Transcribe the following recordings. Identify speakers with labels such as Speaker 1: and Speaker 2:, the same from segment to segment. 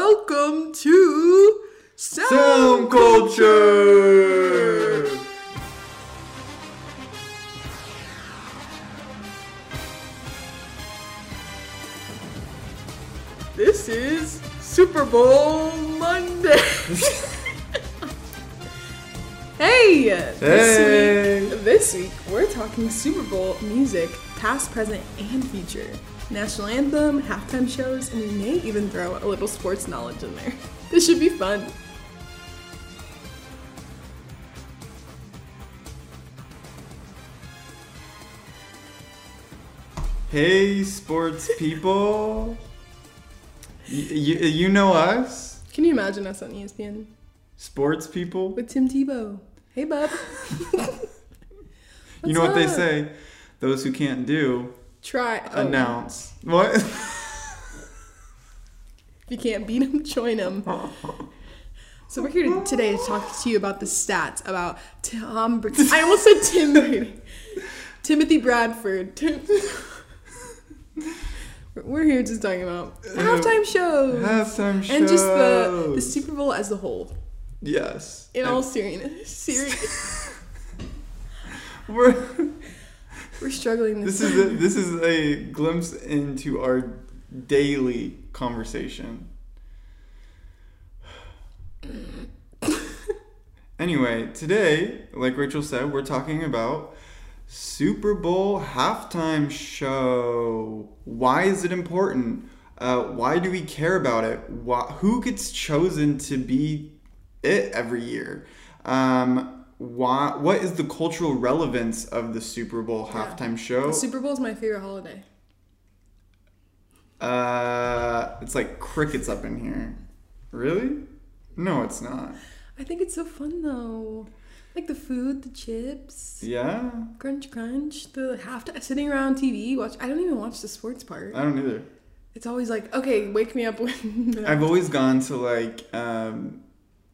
Speaker 1: Welcome to Sound,
Speaker 2: Sound culture.
Speaker 1: This is Super Bowl Monday. hey! This
Speaker 2: Hey.
Speaker 1: week, this week, we're talking Super Bowl music, past, present, and future. National anthem, halftime shows, and we may even throw a little sports knowledge in there. This should be fun.
Speaker 2: Hey, sports people. you, you know us,
Speaker 1: Can you imagine us on E ESPN
Speaker 2: sports people.
Speaker 1: with Tim Tebow? Hey, bub.
Speaker 2: You know
Speaker 1: What's
Speaker 2: what they
Speaker 1: up?
Speaker 2: say? Those who can't do
Speaker 1: Try. oh,
Speaker 2: announce. What?
Speaker 1: If you can't beat them, join them. So we're here today to talk to you about the stats about Tom. Br- I almost said Tim Brady, Timothy Bradford. Tim- we're here just talking about halftime shows
Speaker 2: Halftime show.
Speaker 1: Oh. and just the the Super Bowl as a whole.
Speaker 2: Yes.
Speaker 1: In all seriousness, serious,
Speaker 2: We're,
Speaker 1: we're struggling this.
Speaker 2: this is a, this is a glimpse into our daily conversation. anyway, today, like Rachel said, we're talking about Super Bowl halftime show. Why is it important? Uh, why do we care about it? Why, who gets chosen to be it every year? Um, why? What is the cultural relevance of the Super Bowl
Speaker 1: Yeah.
Speaker 2: halftime show?
Speaker 1: The Super Bowl is my favorite holiday.
Speaker 2: Uh, it's like crickets up in here. Really? No, it's not.
Speaker 1: I think it's so fun though, like the food, the chips.
Speaker 2: Yeah,
Speaker 1: Crunch, crunch. The halftime, sitting around TV. Watch. I don't even watch the sports part.
Speaker 2: I don't either.
Speaker 1: It's always like, okay, wake me up when.
Speaker 2: I've always gone to like um,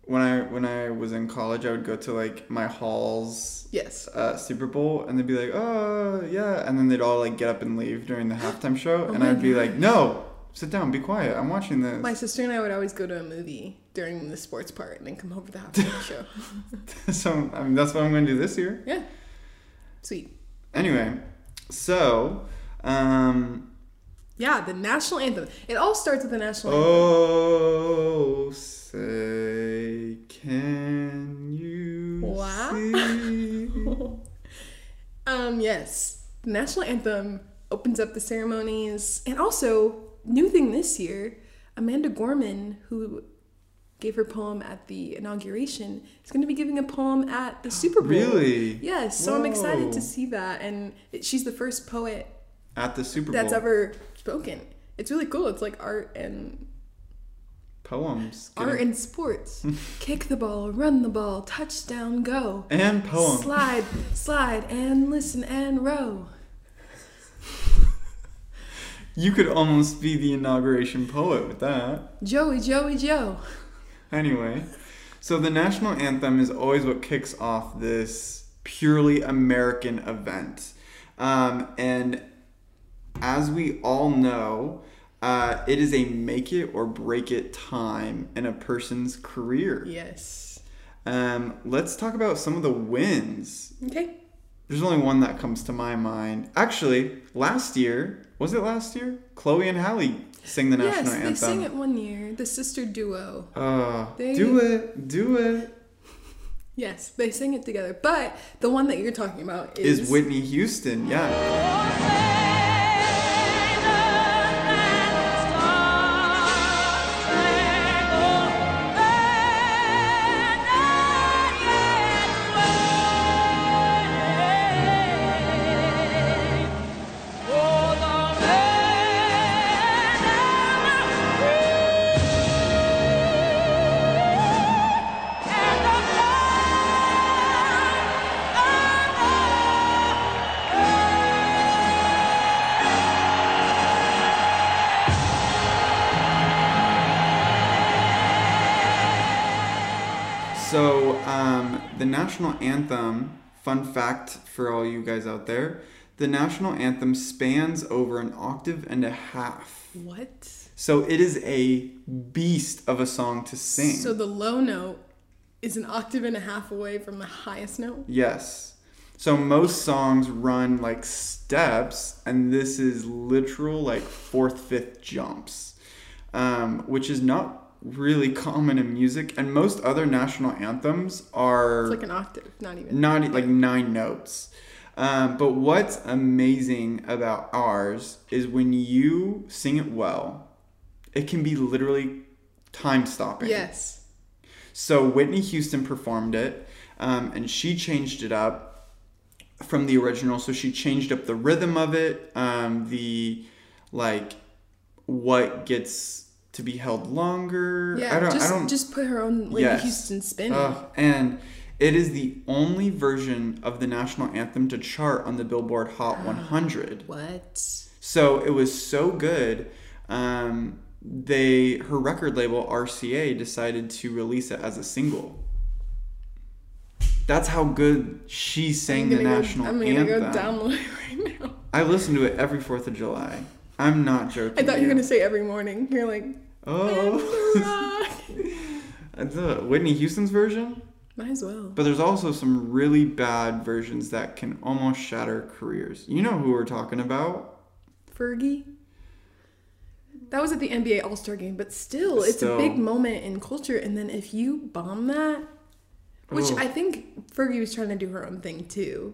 Speaker 2: when I when I was in college, I would go to like my halls
Speaker 1: yes.
Speaker 2: uh, Super Bowl, and they'd be like, "Oh yeah," and then they'd all like get up and leave during the halftime show,
Speaker 1: Oh
Speaker 2: and
Speaker 1: my
Speaker 2: I'd be like, "No, sit down, be quiet. I'm watching this."
Speaker 1: My sister and I would always go to a movie during the sports part and then come home for the halftime show.
Speaker 2: so I mean, that's what I'm going to do this year.
Speaker 1: Yeah. Sweet.
Speaker 2: Anyway, so um,
Speaker 1: Yeah, the national anthem. It all starts with the national anthem.
Speaker 2: Oh, say, can you
Speaker 1: Wow.
Speaker 2: see?
Speaker 1: um, yes. The national anthem opens up the ceremonies. And also, new thing this year, Amanda Gorman, who gave her poem at the inauguration, is going to be giving a poem at the Super Bowl.
Speaker 2: really?
Speaker 1: Yes, so I'm excited to
Speaker 2: Whoa.
Speaker 1: see that. And it, she's the first poet
Speaker 2: At the Super Bowl.
Speaker 1: that's ever spoken. It's really cool. It's like art and
Speaker 2: poems.
Speaker 1: art
Speaker 2: Getting-
Speaker 1: and sports. Kick the ball, run the ball, touchdown, go.
Speaker 2: and poems.
Speaker 1: Slide, slide, and listen and row.
Speaker 2: you could almost be the inauguration poet with that.
Speaker 1: Joey, Joey, Joe.
Speaker 2: Anyway, so the national anthem is always what kicks off this purely American event. Um, and as we all know, uh, it is a make it or break it time in a person's career.
Speaker 1: Yes.
Speaker 2: Um, let's talk about some of the wins.
Speaker 1: Okay.
Speaker 2: There's only one that comes to my mind. Actually, last year, was it last year? Chloe and Hallie sing the
Speaker 1: Yes,
Speaker 2: national
Speaker 1: they
Speaker 2: anthem.
Speaker 1: sing it one year. The sister duo.
Speaker 2: Oh,
Speaker 1: They-
Speaker 2: do it, do it.
Speaker 1: Yes, they sing it together. But the one that you're talking about is,
Speaker 2: Is, Whitney Houston, yeah. So, um, the national anthem, fun fact for all you guys out there, the national anthem spans over an octave and a half.
Speaker 1: What?
Speaker 2: So it is a beast of a song to sing.
Speaker 1: So the low note is an octave and a half away from the highest note.
Speaker 2: Yes. So most songs run like steps, and this is literal like fourth, fifth jumps, um, which is not really common in music. And most other national anthems are
Speaker 1: It's like an octave, not even.
Speaker 2: not like nine notes. Um, but what's amazing about ours is when you sing it well, it can be literally time stopping.
Speaker 1: Yes.
Speaker 2: So Whitney Houston performed it, um, and she changed it up from the original. So she changed up the rhythm of it, um, the like what gets to be held longer.
Speaker 1: Yeah.
Speaker 2: I don't.
Speaker 1: just,
Speaker 2: I don't.
Speaker 1: just put her own Whitney
Speaker 2: Yes.
Speaker 1: Houston spin. on it.
Speaker 2: Ugh, and it is the only version of the national anthem to chart on the Billboard Hot 100.
Speaker 1: what?
Speaker 2: So it was so good. Um, they her record label RCA decided to release it as a single. That's how good she sang the
Speaker 1: I'm gonna
Speaker 2: national
Speaker 1: go, I'm
Speaker 2: anthem.
Speaker 1: gonna go download it right now.
Speaker 2: I listen to it every Fourth of July. I'm not joking.
Speaker 1: I thought you were gonna say every morning. You're like,
Speaker 2: Oh,
Speaker 1: "I'm the rock."
Speaker 2: the Whitney Houston's version.
Speaker 1: might as well.
Speaker 2: But there's also some really bad versions that can almost shatter careers. You know who we're talking about?
Speaker 1: Fergie. That was at the NBA All Star game, but still, it's
Speaker 2: Still.
Speaker 1: a big moment in culture. And then if you bomb that, which
Speaker 2: Ugh.
Speaker 1: I think Fergie was trying to do her own thing too,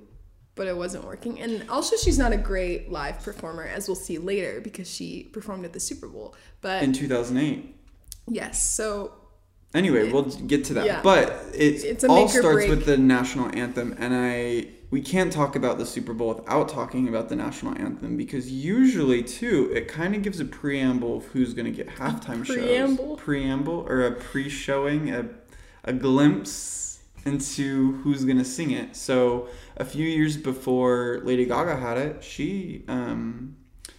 Speaker 1: but it wasn't working. And also, she's not a great live performer, as we'll see later, because she performed at the Super Bowl. But
Speaker 2: in 2008.
Speaker 1: yes, so
Speaker 2: Anyway, we'll get to that.
Speaker 1: Yeah.
Speaker 2: But it
Speaker 1: It's a
Speaker 2: all
Speaker 1: make or
Speaker 2: starts
Speaker 1: break.
Speaker 2: with the national anthem, and I we can't talk about the Super Bowl without talking about the national anthem because usually too it kind of gives a preamble of who's going to get halftime
Speaker 1: Preamble.
Speaker 2: shows, preamble or a pre-showing, a a glimpse into who's going to sing it. So a few years before Lady Gaga had it, she um,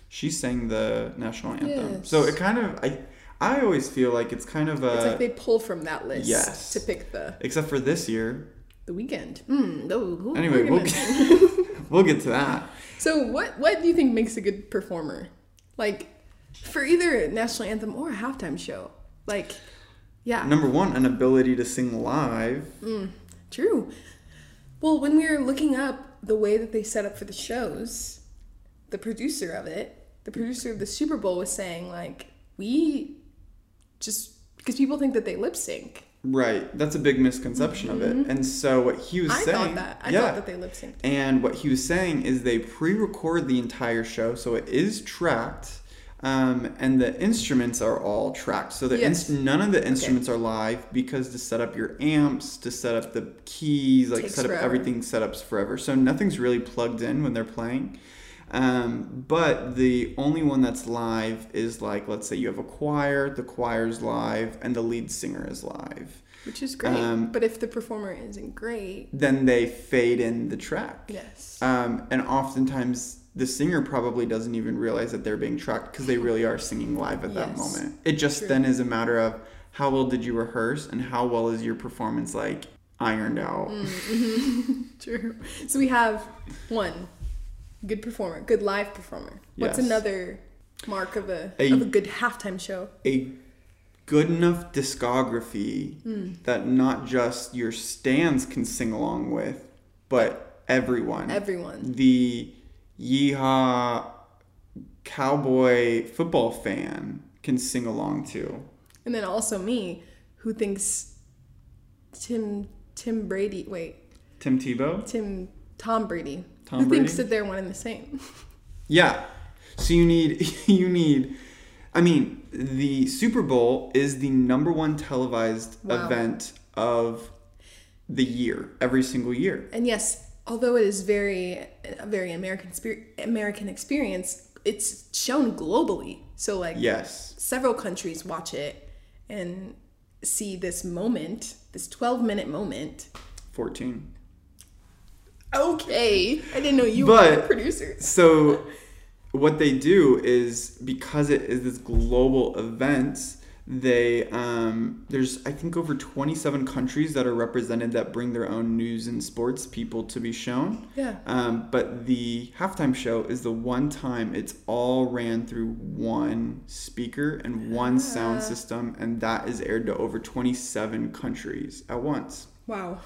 Speaker 2: she sang the national anthem.
Speaker 1: Yes.
Speaker 2: So it kind of I I always feel like it's kind of a
Speaker 1: it's like they pull from that list
Speaker 2: Uh, yes.
Speaker 1: to pick the
Speaker 2: except for this year.
Speaker 1: the weekend. Mm, oh, who-
Speaker 2: Anyway,
Speaker 1: we're
Speaker 2: we'll
Speaker 1: gonna-
Speaker 2: get, we'll get to that.
Speaker 1: So what what do you think makes a good performer? Like for either national anthem or a halftime show. Like yeah, Mm-hmm.
Speaker 2: Number one, an ability to sing live.
Speaker 1: true. Well, when we were looking up the way that they set up for the shows, the producer of it, the producer of the Super Bowl was saying like we just because people think that they lip sync.
Speaker 2: Right, that's a big misconception of it. And so what he was
Speaker 1: Mm-hmm. I
Speaker 2: saying,
Speaker 1: thought that. I
Speaker 2: yeah.
Speaker 1: thought that they lip synced.
Speaker 2: And what he was saying is they pre-record the entire show, so it is tracked, um, and the instruments are all tracked. So the
Speaker 1: Yes.
Speaker 2: ins- none of the instruments are live because to set up your amps, to set up the keys, like
Speaker 1: Takes
Speaker 2: set up
Speaker 1: forever.
Speaker 2: everything, set ups forever. So nothing's really plugged in when they're playing. Um, but the only one that's live is like, let's say you have a choir, the choir's live, and the lead singer is live.
Speaker 1: Which is great.
Speaker 2: Um,
Speaker 1: but if the performer isn't great,
Speaker 2: Then they fade in the track.
Speaker 1: yes.
Speaker 2: Um, and oftentimes the singer probably doesn't even realize that they're being tracked because they really are singing live at that
Speaker 1: Yes.
Speaker 2: moment. It just
Speaker 1: True.
Speaker 2: then is a matter of how well did you rehearse and how well is your performance like ironed out.
Speaker 1: Mm. True. So we have one good performer, good live performer. What's
Speaker 2: Yes.
Speaker 1: another mark of a,
Speaker 2: A-
Speaker 1: of a good halftime show?
Speaker 2: A good enough discography
Speaker 1: Mm.
Speaker 2: that not just your stands can sing along with, but everyone.
Speaker 1: Everyone.
Speaker 2: the yeehaw cowboy football fan can sing along to.
Speaker 1: And then also me, who thinks Tim Tim Brady wait,
Speaker 2: Tim Tebow?
Speaker 1: Tim Tom Brady.
Speaker 2: Tom
Speaker 1: who
Speaker 2: Brady?
Speaker 1: thinks that they're one and the same.
Speaker 2: Yeah. So you need you need I mean, the Super Bowl is the number one televised
Speaker 1: Wow.
Speaker 2: event of the year, every single year.
Speaker 1: And yes, although it is very a very American spirit American experience, it's shown globally. So like
Speaker 2: Yes.
Speaker 1: several countries watch it and see this moment, this 12 minute moment.
Speaker 2: 14.
Speaker 1: Okay. I didn't know you were
Speaker 2: But-
Speaker 1: the producers.
Speaker 2: So what they do is because it is this global event, They um, there's I think over 27 countries that are represented that bring their own news and sports people to be shown.
Speaker 1: Yeah.
Speaker 2: Um, but the halftime show is the one time it's all ran through one speaker and one sound
Speaker 1: Yeah.
Speaker 2: system, and that is aired to over 27 countries at once.
Speaker 1: Wow.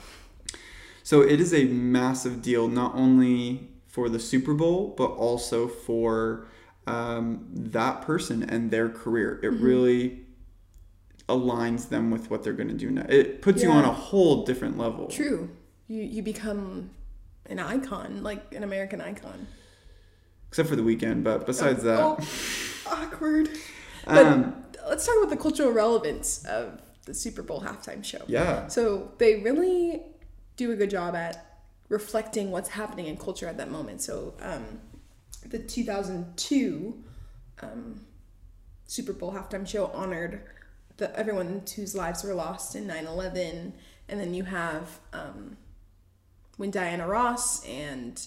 Speaker 2: So it is a massive deal, not only for the Super Bowl, but also for um, that person and their career. It
Speaker 1: Mm-hmm.
Speaker 2: really aligns them with what they're going to do now. It puts you
Speaker 1: Yeah.
Speaker 2: on a whole different level.
Speaker 1: True. You you become an icon, like an American icon.
Speaker 2: Except for the weekend, but besides that.
Speaker 1: Oh, awkward. But
Speaker 2: Um,
Speaker 1: let's talk about the cultural relevance of the Super Bowl halftime show.
Speaker 2: yeah.
Speaker 1: So they really do a good job at reflecting what's happening in culture at that moment. So um, the 2002 um, Super Bowl halftime show honored the everyone whose lives were lost in 9/11, and then you have um, when Diana Ross and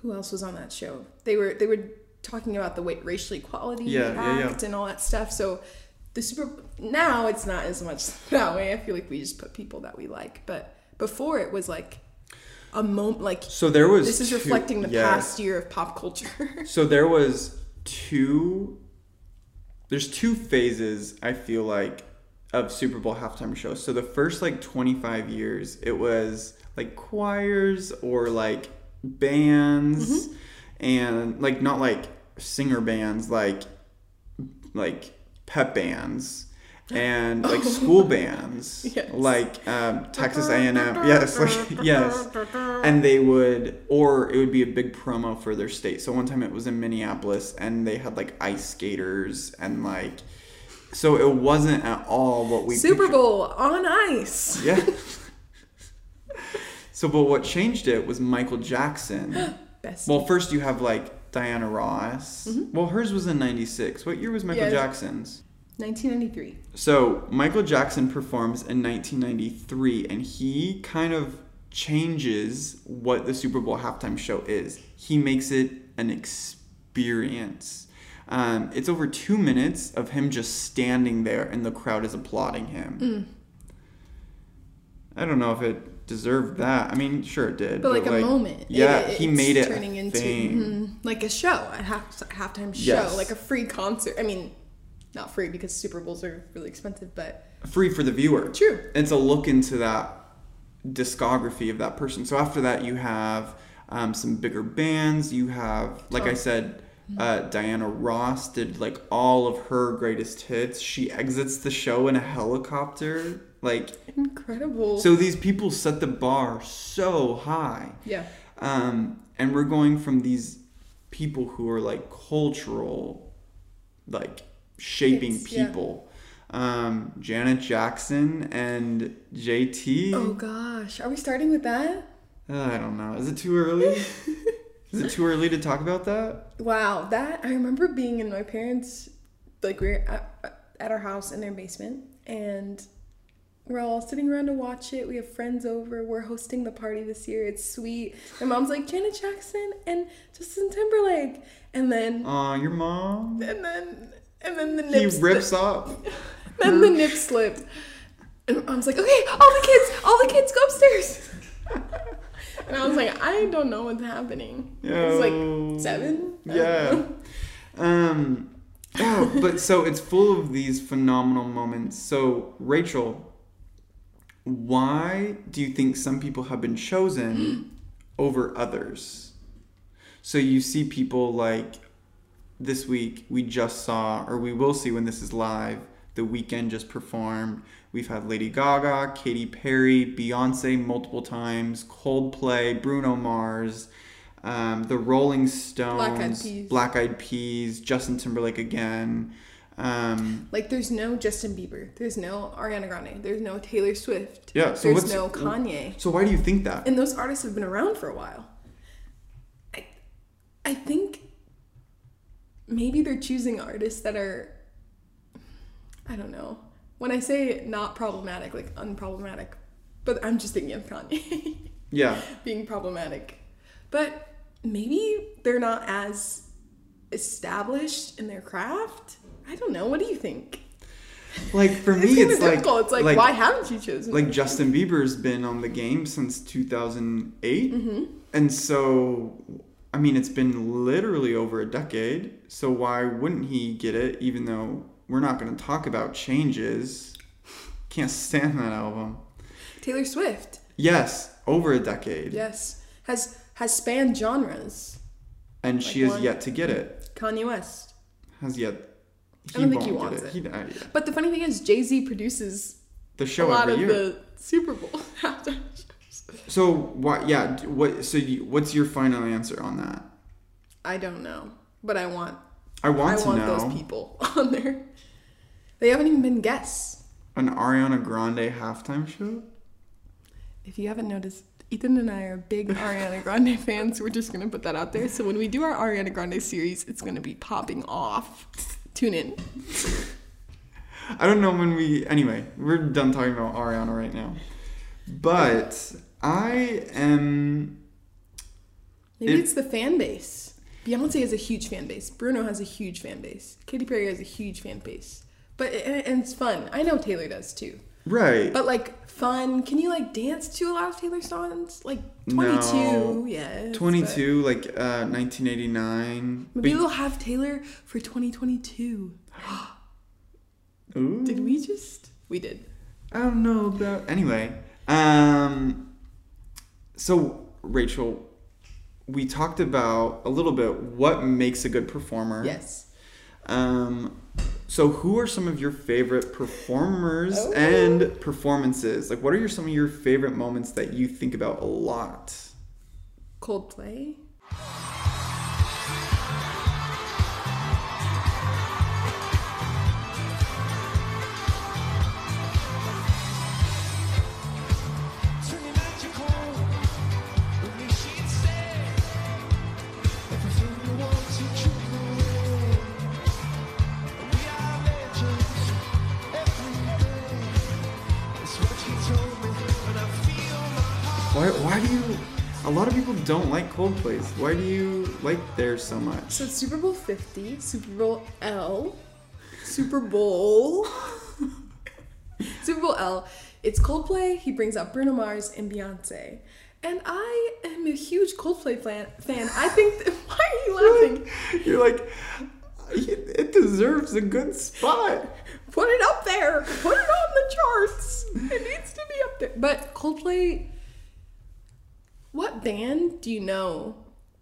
Speaker 1: who else was on that show? They were they were talking about the wait, racial equality
Speaker 2: Yeah, yeah, yeah.
Speaker 1: act and all that stuff. So the super now it's not as much that way. I feel like we just put people that we like, but before it was like a moment like
Speaker 2: So there was.
Speaker 1: this is
Speaker 2: two-
Speaker 1: reflecting the
Speaker 2: yeah.
Speaker 1: past year of pop culture.
Speaker 2: So there was two. There's two phases I feel like of Super Bowl halftime shows. So the first like 25 years, it was like choirs or like bands, and like not like singer bands, like like pep bands and like school bands
Speaker 1: Yes.
Speaker 2: like um, texas a&m yes like yes and they would or it would be a big promo for their state so one time it was in minneapolis and they had like ice skaters and like so it wasn't at all what we
Speaker 1: Super
Speaker 2: picture-
Speaker 1: Bowl on ice.
Speaker 2: yeah so but what changed it was michael jackson
Speaker 1: Best.
Speaker 2: well first you have like diana ross well hers was in 96 what year was michael
Speaker 1: Mm-hmm. Yes.
Speaker 2: jackson's
Speaker 1: 1993.
Speaker 2: so Michael Jackson performs in 1993, and he kind of changes what the Super Bowl halftime show is. He makes it an experience. Um, it's over two minutes of him just standing there, and the crowd is applauding him.
Speaker 1: Mm.
Speaker 2: I don't know if it deserved that. I mean, sure it did,
Speaker 1: But like a moment.
Speaker 2: Yeah,
Speaker 1: It-
Speaker 2: he
Speaker 1: it's
Speaker 2: made it
Speaker 1: turning into
Speaker 2: thing.
Speaker 1: mhm, like a show, a half halftime show,
Speaker 2: Yes.
Speaker 1: like a free concert. I mean, not free because Super Bowls are really expensive, but
Speaker 2: free for the viewer.
Speaker 1: true.
Speaker 2: it's a look into that discography of that person. So after that, you have um, some bigger bands. You have, like I
Speaker 1: Oh.
Speaker 2: said, uh, Diana Ross did like all of her greatest hits. She exits the show in a helicopter. Like,
Speaker 1: Incredible.
Speaker 2: so these people set the bar so high.
Speaker 1: yeah.
Speaker 2: Um, and we're going from these people who are like cultural, like shaping
Speaker 1: Hits, yeah.
Speaker 2: people. Um, Janet Jackson and JT.
Speaker 1: Oh gosh, are we starting with that?
Speaker 2: Uh, I don't know. Is it too early? Is it too early to talk about that?
Speaker 1: Wow, that I remember being in my parents, like we we're at, at our house in their basement, and we're all sitting around to watch it. We have friends over. We're hosting the party this year. It's sweet. My mom's like Janet Jackson and Justin Timberlake, and then
Speaker 2: Aw, your mom.
Speaker 1: and then and then the
Speaker 2: He
Speaker 1: nip slip-
Speaker 2: rips up.
Speaker 1: then the nip slip. And I was like, okay, all the kids, all the kids, go upstairs. and I was like, I don't know what's happening. It's like
Speaker 2: Yo.
Speaker 1: seven. I don't
Speaker 2: Yeah.
Speaker 1: know.
Speaker 2: Um. Yeah, but so it's full of these phenomenal moments. So Rachel, why do you think some people have been chosen over others? So you see people like this week we just saw, or we will see when this is live. The weekend just performed. We've had Lady Gaga, Katy Perry, Beyonce multiple times, Coldplay, Bruno Mars, um, the Rolling Stones,
Speaker 1: Eyed Peas.
Speaker 2: Black Eyed Peas, Justin Timberlake again. Um,
Speaker 1: Like there's no Justin Bieber, there's no Ariana Grande, there's no Taylor Swift,
Speaker 2: yeah. So
Speaker 1: there's
Speaker 2: what's
Speaker 1: no Kanye,
Speaker 2: so why do you think that?
Speaker 1: and those artists have been around for a while. I, I think maybe they're choosing artists that are, I don't know. When I say not problematic, like unproblematic, but I'm just thinking of Kanye
Speaker 2: Yeah.
Speaker 1: being problematic. But maybe they're not as established in their craft. I don't know. What do you think?
Speaker 2: Like for me,
Speaker 1: kinda
Speaker 2: it's like,
Speaker 1: difficult. it's like, why haven't you chosen?
Speaker 2: like Justin Bieber's been on the game since 2008.
Speaker 1: hmm
Speaker 2: And so, I mean, it's been literally over a decade. So why wouldn't he get it? Even though we're not going to talk about changes, can't stand that album.
Speaker 1: Taylor Swift,
Speaker 2: Yes, over a decade,
Speaker 1: yes, has has spanned genres.
Speaker 2: and
Speaker 1: Like
Speaker 2: she has
Speaker 1: one-
Speaker 2: yet to get it.
Speaker 1: Kanye West.
Speaker 2: Has yet.
Speaker 1: I don't think he
Speaker 2: won't
Speaker 1: wants
Speaker 2: get
Speaker 1: it.
Speaker 2: He- uh, yeah.
Speaker 1: But the funny thing is, Jay Z produces
Speaker 2: The
Speaker 1: a
Speaker 2: show
Speaker 1: lot
Speaker 2: every
Speaker 1: of
Speaker 2: year.
Speaker 1: the Super Bowl halftime shows.
Speaker 2: So why? Yeah. d- What? So you, what's your final answer on that?
Speaker 1: I don't know, but I want
Speaker 2: I want
Speaker 1: I
Speaker 2: to
Speaker 1: want
Speaker 2: know
Speaker 1: those people on there. They haven't even been guests.
Speaker 2: an Ariana Grande halftime show.
Speaker 1: If you haven't noticed, Ethan and I are big Ariana Grande fans. We're just gonna put that out there. So when we do our Ariana Grande series, it's gonna be popping off. Tune in.
Speaker 2: I don't know when we. Anyway, we're done talking about Ariana right now. But I am.
Speaker 1: Maybe
Speaker 2: It-
Speaker 1: it's the fan base. Beyonce has a huge fan base. Bruno has a huge fan base. Katy Perry has a huge fan base. But and, and it's fun. I know Taylor does too.
Speaker 2: Right.
Speaker 1: But like fun, can you like dance to a lot of Taylor songs? Like twenty two,
Speaker 2: No.
Speaker 1: yeah.
Speaker 2: 22, like uh, 1989.
Speaker 1: Maybe we'll have Taylor for 2022.
Speaker 2: Ooh,
Speaker 1: Did we just? We did.
Speaker 2: I don't know about. Anyway. Um, so, Rachel, we talked about a little bit what makes a good performer.
Speaker 1: Yes.
Speaker 2: Um, so, who are some of your favorite performers
Speaker 1: Oh.
Speaker 2: and performances? Like, what are your, some of your favorite moments that you think about a lot?
Speaker 1: Coldplay.
Speaker 2: Why, why do you? A lot of people don't like Coldplay's. Why do you like theirs so much?
Speaker 1: So Super Bowl 50, Super Bowl L, Super Bowl. Super Bowl L. It's Coldplay. He brings out Bruno Mars and Beyonce. And I am a huge Coldplay fan. fan. I think. That, why are you laughing?
Speaker 2: You're like, it deserves a good spot.
Speaker 1: Put it up there. Put it on the charts. It needs to be up there. But Coldplay, what band do you know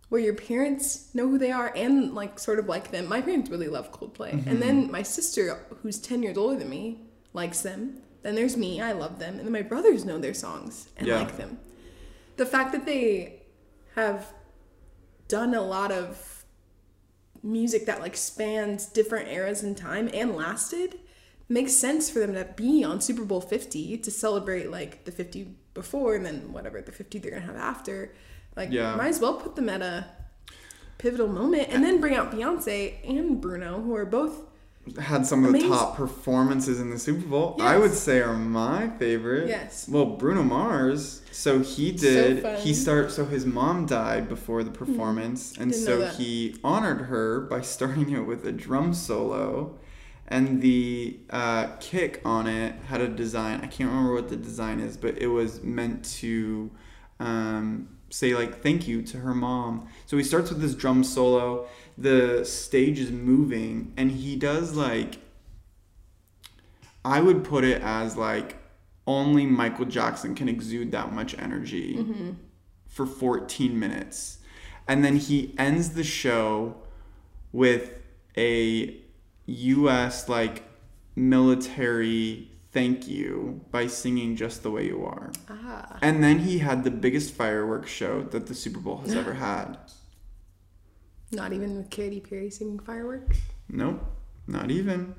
Speaker 1: where your parents know who they are and like sort of like them? My parents really love Coldplay, and then my sister, who's ten years older than me, likes them. Then there's me. I love them, and then my brothers know their songs and
Speaker 2: Yeah.
Speaker 1: like them. The fact that they have done a lot of music that like spans different eras in time and lasted makes sense for them to be on Super Bowl 50 to celebrate like the 50 before and then whatever the 50 they're going to have after. Like
Speaker 2: Yeah.
Speaker 1: might as well put them at a pivotal moment and then bring out Beyonce and Bruno who are both
Speaker 2: Had some of the
Speaker 1: Amazing.
Speaker 2: top performances in the Super Bowl. I
Speaker 1: Yes.
Speaker 2: would say are my favorite.
Speaker 1: Yes.
Speaker 2: Well, Bruno Mars. So he did.
Speaker 1: fun.
Speaker 2: he start. So his mom died before the performance, and
Speaker 1: Hmm. Didn't know
Speaker 2: so
Speaker 1: that.
Speaker 2: he honored her by starting it with a drum solo. And the uh, kick on it had a design. I can't remember what the design is, but it was meant to um, say like thank you to her mom. So he starts with this drum solo. The stage is moving, and he does like I would put it as like only Michael Jackson can exude that much energy
Speaker 1: Mm-hmm.
Speaker 2: for 14 minutes. And then he ends the show with a US like military thank you by singing Just the Way You Are.
Speaker 1: ah
Speaker 2: And then he had the biggest fireworks show that the Super Bowl has ever had.
Speaker 1: not even with Katy Perry singing fireworks.
Speaker 2: Nope, not even.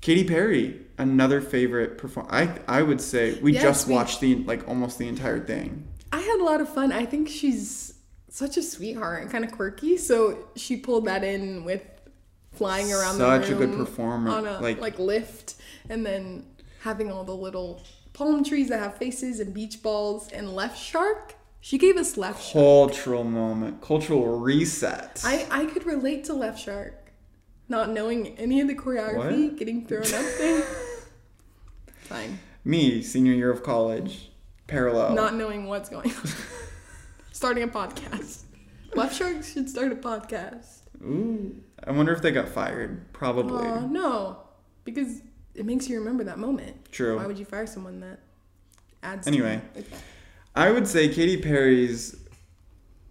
Speaker 2: Katy Perry, another favorite perform. I I would say we
Speaker 1: Yes,
Speaker 2: just
Speaker 1: we-
Speaker 2: watched the like almost the entire thing.
Speaker 1: I had a lot of fun. I think she's such a sweetheart and kind of quirky, so she pulled that in with flying around
Speaker 2: Such
Speaker 1: the
Speaker 2: a
Speaker 1: room
Speaker 2: good performer,
Speaker 1: on a
Speaker 2: like-
Speaker 1: like, lift, and then having all the little palm trees that have faces and beach balls and left shark. She gave us left. Shark.
Speaker 2: Cultural moment, cultural reset.
Speaker 1: I I could relate to left shark. not knowing any of the choreography, getting thrown up there. Fine.
Speaker 2: Me, senior year of college, parallel.
Speaker 1: Not knowing what's going on. Starting a podcast. Left Sharks should start a podcast.
Speaker 2: Ooh, I wonder if they got fired. Probably.
Speaker 1: Aw, no, because it makes you remember that moment.
Speaker 2: True.
Speaker 1: Why would you fire someone that adds?
Speaker 2: Anyway.
Speaker 1: to it?
Speaker 2: I would say Katy Perry's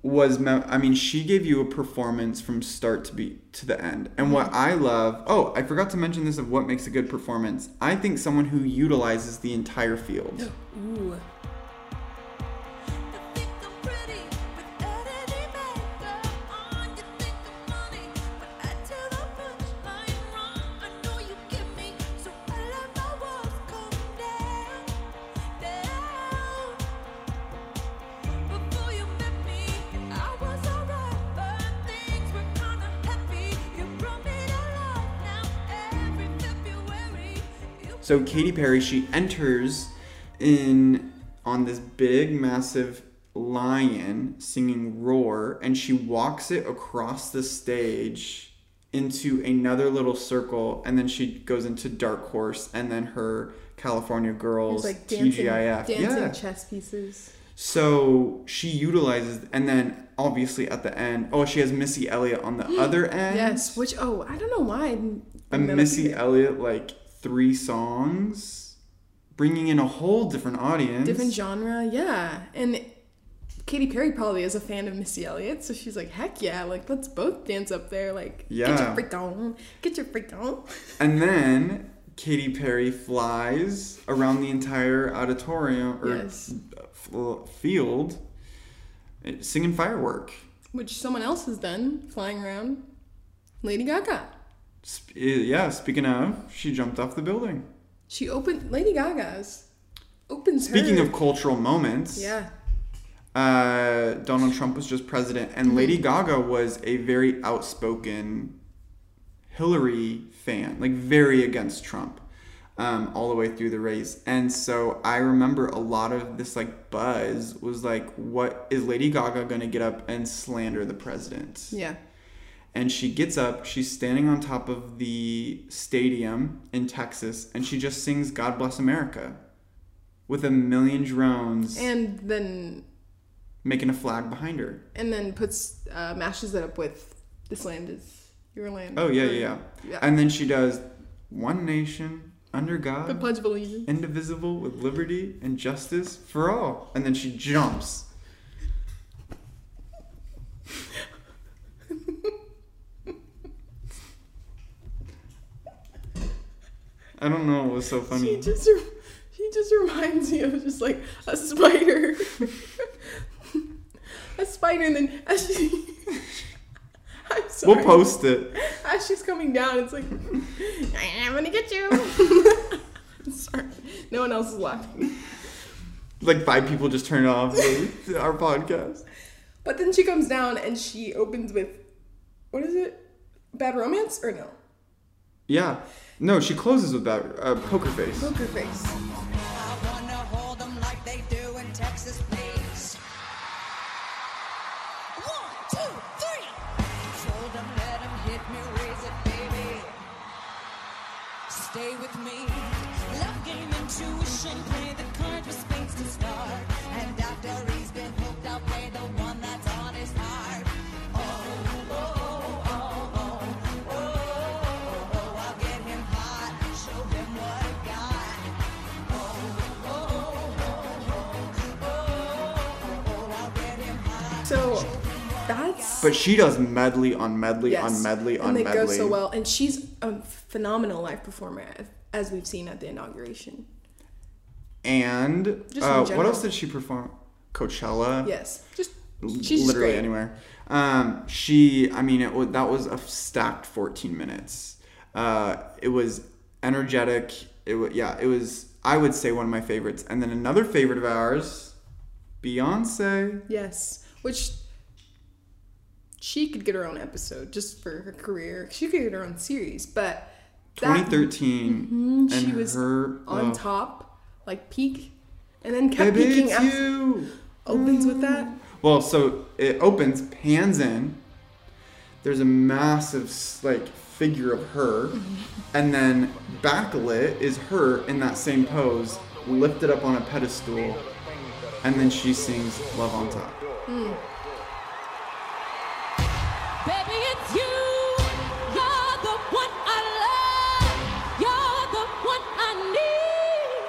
Speaker 2: was mem- I mean she gave you a performance from start to be to the end. And what I love, oh, I forgot to mention this of what makes a good performance. I think someone who utilizes the entire field.
Speaker 1: Ooh,
Speaker 3: You think I'm pretty, but added makeup on. You think I'm money, but I tell the punch line wrong. I know you give me, so I let my walls come down, down. Before you met me, I was alright, but things were kinda heavy. You brought me to life now every February.
Speaker 2: So Katy Perry she enters in on this big massive lion singing roar and she walks it across the stage into another little circle and then she goes into dark horse and then her California girls
Speaker 1: it's like dancing,
Speaker 2: TGIF
Speaker 1: dancing
Speaker 2: yeah
Speaker 1: chess pieces.
Speaker 2: so she utilizes and then obviously at the end oh she has Missy Elliott on the other end
Speaker 1: Yes, which oh, I don't know why. I didn't
Speaker 2: a
Speaker 1: remember
Speaker 2: Missy
Speaker 1: that.
Speaker 2: Elliott like three songs, bringing in a whole different audience.
Speaker 1: different genre, yeah. And Katy Perry probably is a fan of Missy Elliott, so she's like, heck yeah, like let's both dance up there, like get your
Speaker 2: Yeah.
Speaker 1: freak on, get your freak on.
Speaker 2: and then Katy Perry flies around the entire auditorium or
Speaker 1: Yes.
Speaker 2: f- field, eh, singing firework.
Speaker 1: Which someone else has done, flying around. Lady Gaga.
Speaker 2: Sp- eh, yeah, speaking of, she jumped off the building.
Speaker 1: She opened Lady Gaga's opens her.
Speaker 2: Speaking of cultural moments,
Speaker 1: yeah,
Speaker 2: uh, Donald Trump was just president, and
Speaker 1: Mm-hmm.
Speaker 2: Lady Gaga was a very outspoken Hillary fan, like very against Trump, um, all the way through the race. And so I remember a lot of this like buzz was like, what is Lady Gaga gonna get up and slander the president?
Speaker 1: yeah,
Speaker 2: And she gets up, she's standing on top of the stadium in Texas, and she just sings "God Bless America" with a million drones
Speaker 1: and then
Speaker 2: making a flag behind her.
Speaker 1: and then puts uh, mashes it up with this land is your land. Um,
Speaker 2: Oh yeah, yeah,
Speaker 1: Yeah.
Speaker 2: yeah. And then she does "One Nation Under
Speaker 1: the
Speaker 2: God,
Speaker 1: Pledge of Allegiance.
Speaker 2: Indivisible, with liberty and justice for all." And then she jumps. I don't know what was so
Speaker 1: She
Speaker 2: funny.
Speaker 1: just re- she just reminds me of just like a spider, a spider, and then as she. I'm sorry.
Speaker 2: We'll post it.
Speaker 1: As she's coming down, it's like, I'm gonna get you. Sorry. No one else is laughing.
Speaker 2: Like five people just turn off like, our podcast.
Speaker 1: But then she comes down and she opens with, what is it? Bad Romance or no?
Speaker 2: Yeah. No, she closes with that uh, poker face.
Speaker 1: Poker Face.
Speaker 4: I wanna hold 'em like they do in Texas, please. One, two, three. Fold 'em, let 'em hit me, raise it, baby. Stay with me. Love game, intuition, play the cards with spades to start. And after he's been hooked, I'll play the one that's on his heart. Oh, oh, oh, oh, oh, oh, oh. I'll get him hot, show him what I've got.
Speaker 1: So that's.
Speaker 2: But she does medley on medley on medley on
Speaker 1: and they
Speaker 2: medley.
Speaker 1: go so well. And she's a phenomenal live performer, as we've seen at the inauguration.
Speaker 2: And
Speaker 1: Just in
Speaker 2: uh, what
Speaker 1: general.
Speaker 2: else did she perform? Coachella.
Speaker 1: Yes. Just.
Speaker 2: L-
Speaker 1: She's just
Speaker 2: literally
Speaker 1: great.
Speaker 2: anywhere. Um, she, I mean, it was, that was a stacked 14 minutes. Uh, it was energetic. It was, yeah, it was. I would say one of my favorites. And then another favorite of ours, Beyonce.
Speaker 1: Yes, which she could get her own episode just for her career. She could get her own series, but that
Speaker 2: 2013
Speaker 1: mm, she
Speaker 2: and
Speaker 1: was
Speaker 2: her
Speaker 1: on
Speaker 2: oh,
Speaker 1: top, like peak, and then kept
Speaker 2: Baby,
Speaker 1: peaking.
Speaker 2: it's
Speaker 1: After,
Speaker 2: you.
Speaker 1: opens with that.
Speaker 2: Well, so it opens, pans in. There's a massive s- like figure of her,
Speaker 1: Mm-hmm.
Speaker 2: and then backlit is her in that same pose, lifted up on a pedestal, and then she sings Love on Top.
Speaker 4: Baby, it's you. You're the one I love. You're the one I need.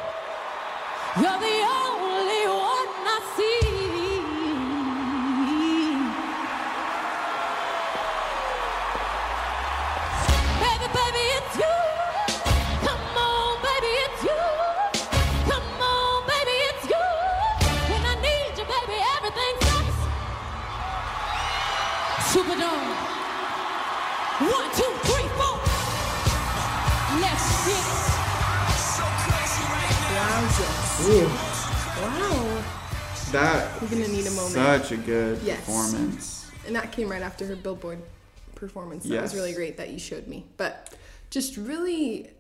Speaker 4: You're the only one I see. Baby, baby, it's you. Come on, baby, it's you. Come on, baby, it's you. When I need you, baby, everything stops. Superdome. One, two, three, four. Let's get
Speaker 1: Wowzers.
Speaker 4: it.
Speaker 2: Ooh,
Speaker 1: Wow.
Speaker 2: that
Speaker 1: We're gonna need a moment.
Speaker 2: such a good
Speaker 1: Yes.
Speaker 2: performance.
Speaker 1: And that came right after her Billboard performance. That was
Speaker 2: Yes.
Speaker 1: really great that you showed me. But just really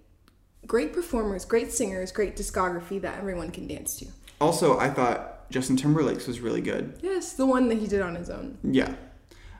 Speaker 1: great performers, great singers, great discography that everyone can dance to.
Speaker 2: Also, I thought Justin Timberlake's was really good.
Speaker 1: Yes, the one that he did on his own.
Speaker 2: Yeah.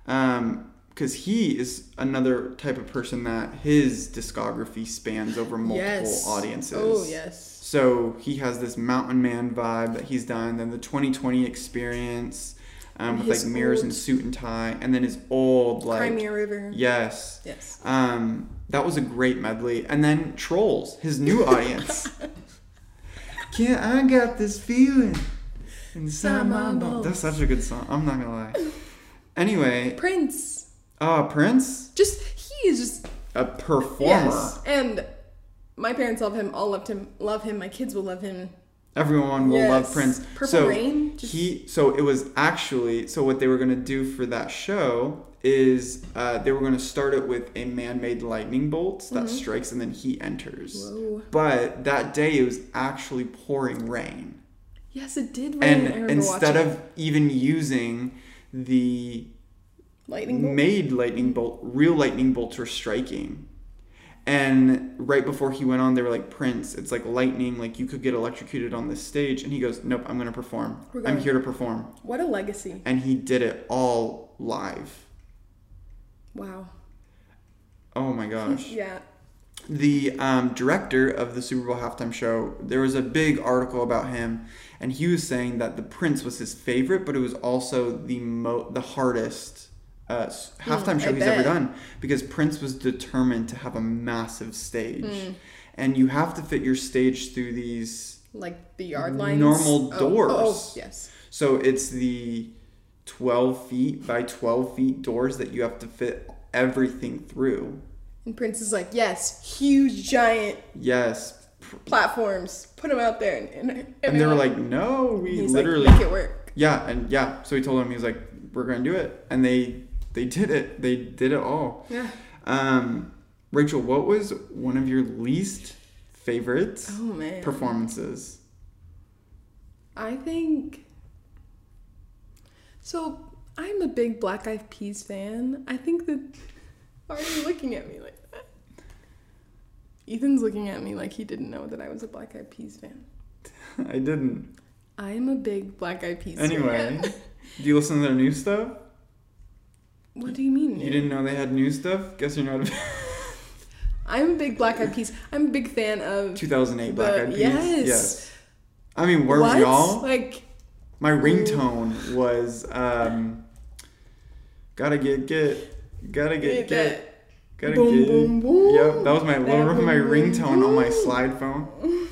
Speaker 2: Um, because he is another type of person that his discography spans over multiple
Speaker 1: yes.
Speaker 2: audiences.
Speaker 1: Oh, yes.
Speaker 2: So he has this mountain man vibe that he's done, then the 2020 experience um, with
Speaker 1: His
Speaker 2: like mirrors and
Speaker 1: old-
Speaker 2: suit and tie, and then his old like
Speaker 1: Crimea River.
Speaker 2: Yes.
Speaker 1: Yes.
Speaker 2: Um, that was a great medley, and then trolls his new audience. Can't I got this feeling inside my bones? That's such a good song. I'm not gonna lie. Anyway,
Speaker 1: Prince.
Speaker 2: uh, Prince,
Speaker 1: Just, he is just
Speaker 2: a performer.
Speaker 1: Yes. And my parents love him. All loved him. Love him. My kids will love him.
Speaker 2: Everyone will love
Speaker 1: Yes.
Speaker 2: Prince.
Speaker 1: Purple
Speaker 2: so
Speaker 1: Rain, just-
Speaker 2: He. So it was actually. So what they were gonna do for that show is uh, they were gonna start it with a man-made lightning bolt that strikes and then he enters.
Speaker 1: Mm-hmm. Whoa.
Speaker 2: But that day it was actually pouring rain,
Speaker 1: Yes, it did rain. I
Speaker 2: and
Speaker 1: remember
Speaker 2: instead
Speaker 1: watching.
Speaker 2: of even using the
Speaker 1: lightning, bolt.
Speaker 2: made lightning bolt, real lightning bolts were striking. And right before he went on, they were like, Prince, it's like lightning, like you could get electrocuted on this stage. And he goes, Nope, I'm gonna perform.
Speaker 1: We're
Speaker 2: I'm
Speaker 1: going."
Speaker 2: here to perform.
Speaker 1: what a legacy!
Speaker 2: And he did it all live.
Speaker 1: Wow.
Speaker 2: Oh my gosh.
Speaker 1: Yeah.
Speaker 2: the um, director of the Super Bowl halftime show, there was a big article about him, and he was saying that the Prince was his favorite, but it was also the mo- the hardest uh, s- halftime show
Speaker 1: Hmm, I
Speaker 2: he's ever
Speaker 1: bet.
Speaker 2: done because Prince was determined to have a massive stage,
Speaker 1: Hmm.
Speaker 2: and you have to fit your stage through these.
Speaker 1: Like the yard lines.
Speaker 2: Normal
Speaker 1: Oh,
Speaker 2: doors.
Speaker 1: Oh, oh, yes.
Speaker 2: So it's the twelve feet by twelve feet doors that you have to fit everything through.
Speaker 1: And Prince is like, yes, huge, giant
Speaker 2: Yes. pr-
Speaker 1: platforms. Put them out there. And, and,
Speaker 2: And they were like, no, we
Speaker 1: he's
Speaker 2: literally
Speaker 1: like, make it work.
Speaker 2: Yeah, and yeah, so he told him he was like, "We're gonna do it," and they they did it. They did it all.
Speaker 1: Yeah.
Speaker 2: Um, Rachel, what was one of your least favorite
Speaker 1: Oh man.
Speaker 2: performances?
Speaker 1: I think. So I'm a big Black Eyed Peas fan. I think that. Why are you looking at me like that? Ethan's looking at me like he didn't know that I was a Black Eyed Peas fan.
Speaker 2: I didn't.
Speaker 1: I'm a big Black Eyed Peas
Speaker 2: Anyway,
Speaker 1: fan.
Speaker 2: do you listen to their new stuff?
Speaker 1: what do you mean?
Speaker 2: You didn't know they had new stuff? Guess you're not. a-
Speaker 1: I'm a big Black Eyed Peas. I'm a big fan of.
Speaker 2: 2008 Black
Speaker 1: The-
Speaker 2: Eyed Peas.
Speaker 1: yes.
Speaker 2: I mean, were
Speaker 1: what?
Speaker 2: we all?
Speaker 1: Like,
Speaker 2: My ringtone was um, gotta get get, gotta get
Speaker 1: get
Speaker 2: get.
Speaker 1: that.
Speaker 2: Gotta
Speaker 1: Boom,
Speaker 2: get it.
Speaker 1: boom, boom.
Speaker 2: Yep, that was my lower
Speaker 1: That
Speaker 2: my
Speaker 1: boom, boom,
Speaker 2: ringtone on my
Speaker 1: boom.
Speaker 2: slide phone.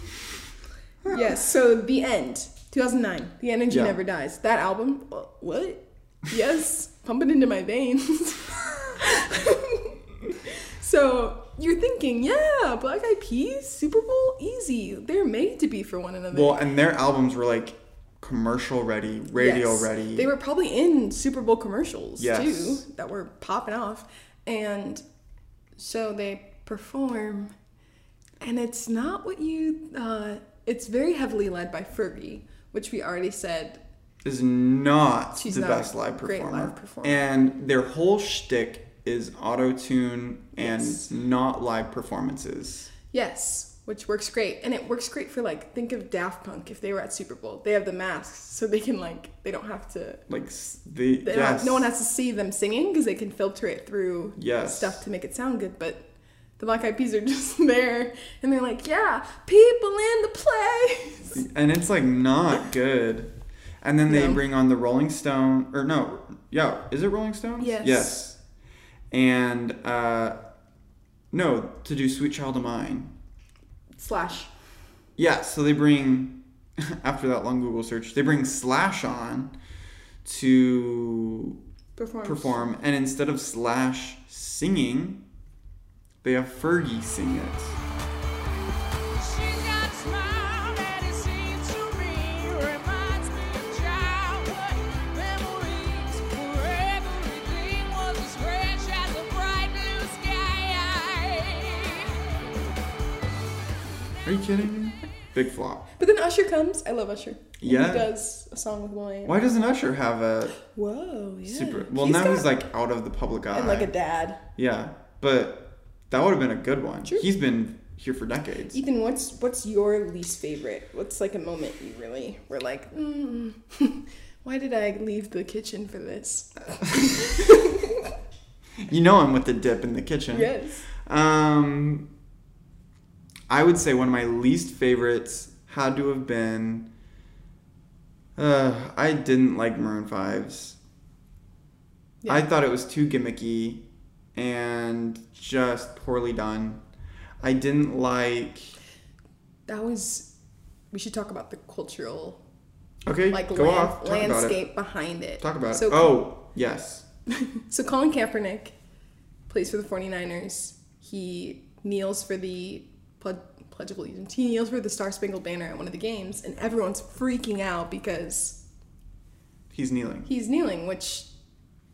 Speaker 1: Yes, so The End, 2009. The Energy
Speaker 2: Yeah.
Speaker 1: Never Dies. That album, wha- what? Yes, pump it into my veins. so you're thinking, yeah, Black Eyed Peas, Super Bowl, easy. They're made to be for one another.
Speaker 2: Well, and their albums were like commercial ready, radio
Speaker 1: Yes.
Speaker 2: ready.
Speaker 1: They were probably in Super Bowl commercials
Speaker 2: Yes.
Speaker 1: too that were popping off. And so they perform, and it's not what you. Uh, it's very heavily led by Fergie, which we already said.
Speaker 2: is not
Speaker 1: She's
Speaker 2: the
Speaker 1: not a
Speaker 2: best live
Speaker 1: great
Speaker 2: performer.
Speaker 1: live performer.
Speaker 2: And their whole shtick is auto tune and
Speaker 1: Yes.
Speaker 2: not live performances.
Speaker 1: Yes, which works great. And it works great for like think of Daft Punk if they were at Super Bowl. They have the masks so they can like they don't have to
Speaker 2: Like s- the
Speaker 1: they don't have-
Speaker 2: yes.
Speaker 1: no one has to see them singing because they can filter it through
Speaker 2: Yes.
Speaker 1: stuff to make it sound good, but the Black Eyed Peas are just there and they're like, "Yeah, people in the place."
Speaker 2: and it's like not good. And then they
Speaker 1: No.
Speaker 2: bring on the Rolling Stone or no, yeah, is it Rolling Stones?
Speaker 1: Yes.
Speaker 2: Yes. And uh, no, to do "Sweet Child of Mine."
Speaker 1: Slash.
Speaker 2: Yeah, so they bring after that long Google search, they bring Slash on to
Speaker 1: Perform.
Speaker 2: perform, and instead of Slash singing, they have Fergie sing it.
Speaker 4: She's got a smile that it seems to me reminds me of childhood memories, where everything was as fresh as a bright blue sky.
Speaker 2: Are you kidding me? Big flop.
Speaker 1: But then Usher comes. I love Usher. And
Speaker 2: Yeah.
Speaker 1: He does a song with Will.i.am.
Speaker 2: Why doesn't Usher have a
Speaker 1: Whoa. Yeah.
Speaker 2: super? Well, now
Speaker 1: got-
Speaker 2: he's like out of the public eye.
Speaker 1: and like a dad.
Speaker 2: yeah, but that would have been a good one.
Speaker 1: True.
Speaker 2: He's been here for decades.
Speaker 1: Ethan, what's what's your least favorite? What's like a moment you really were like, mm, why did I leave the kitchen for this?
Speaker 2: You know I'm with the dip in the kitchen.
Speaker 1: Yes.
Speaker 2: Um, I would say one of my least favorites had to have been. Uh, I didn't like Maroon Fives.
Speaker 1: Yeah.
Speaker 2: I thought it was too gimmicky, and just poorly done. I didn't like.
Speaker 1: That was. We should talk about the cultural
Speaker 2: Okay,
Speaker 1: like
Speaker 2: go
Speaker 1: land-
Speaker 2: off. Talk
Speaker 1: landscape behind it.
Speaker 2: about it. Talk about
Speaker 1: so,
Speaker 2: it. Oh yes,
Speaker 1: So Colin Kaepernick plays for the 49ers. He kneels for the Ple- Pledge of Allegiance. He kneels for the Star Spangled Banner at one of the games, and everyone's freaking out because
Speaker 2: he's kneeling.
Speaker 1: he's kneeling, which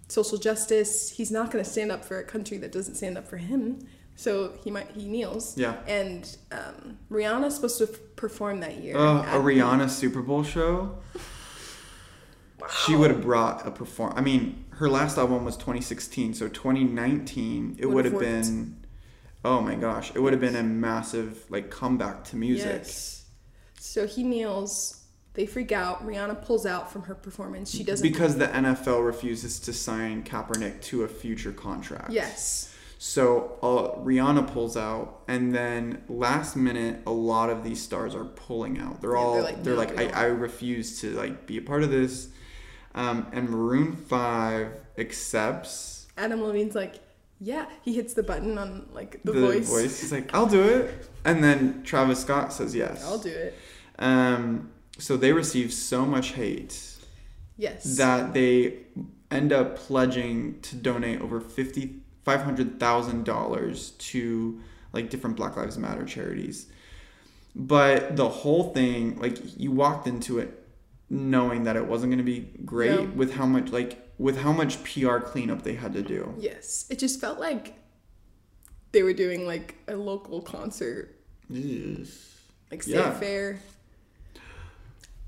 Speaker 1: social justice, he's not going to stand up for a country that doesn't stand up for him. So he might he kneels.
Speaker 2: Yeah.
Speaker 1: And um, Rihanna's supposed to f- perform that year.
Speaker 2: Uh,
Speaker 1: at
Speaker 2: a Rihanna Super Bowl show. She would have brought a perform. I mean, her last album was 2016, so 2019 it would
Speaker 1: Would've
Speaker 2: have been. Oh my gosh, it would have been a massive like comeback to music.
Speaker 1: Yes. So he kneels. They freak out. Rihanna pulls out from her performance. She doesn't.
Speaker 2: Because the NFL refuses to sign Kaepernick to a future contract.
Speaker 1: yes.
Speaker 2: So uh, Rihanna pulls out, and then last minute, a lot of these stars are pulling out. They're
Speaker 1: Yeah,
Speaker 2: all
Speaker 1: they're
Speaker 2: they're
Speaker 1: like,
Speaker 2: like,
Speaker 1: "No, we don't."
Speaker 2: I, I refuse to like be a part of this. Um, and Maroon Five accepts
Speaker 1: Adam Levine's like, yeah. He hits the button on like the,
Speaker 2: the voice.
Speaker 1: voice.
Speaker 2: He's like, I'll do it. And then Travis Scott says yes.
Speaker 1: I'll do it.
Speaker 2: Um, so they receive so much hate
Speaker 1: Yes.
Speaker 2: that they end up pledging to donate over fifty five hundred thousand dollars to like different Black Lives Matter charities. But the whole thing, like you walked into it knowing that it wasn't going to be great
Speaker 1: No.
Speaker 2: with how much like with how much PR cleanup they had to do.
Speaker 1: yes. It just felt like they were doing like a local concert like state
Speaker 2: Yeah.
Speaker 1: fair.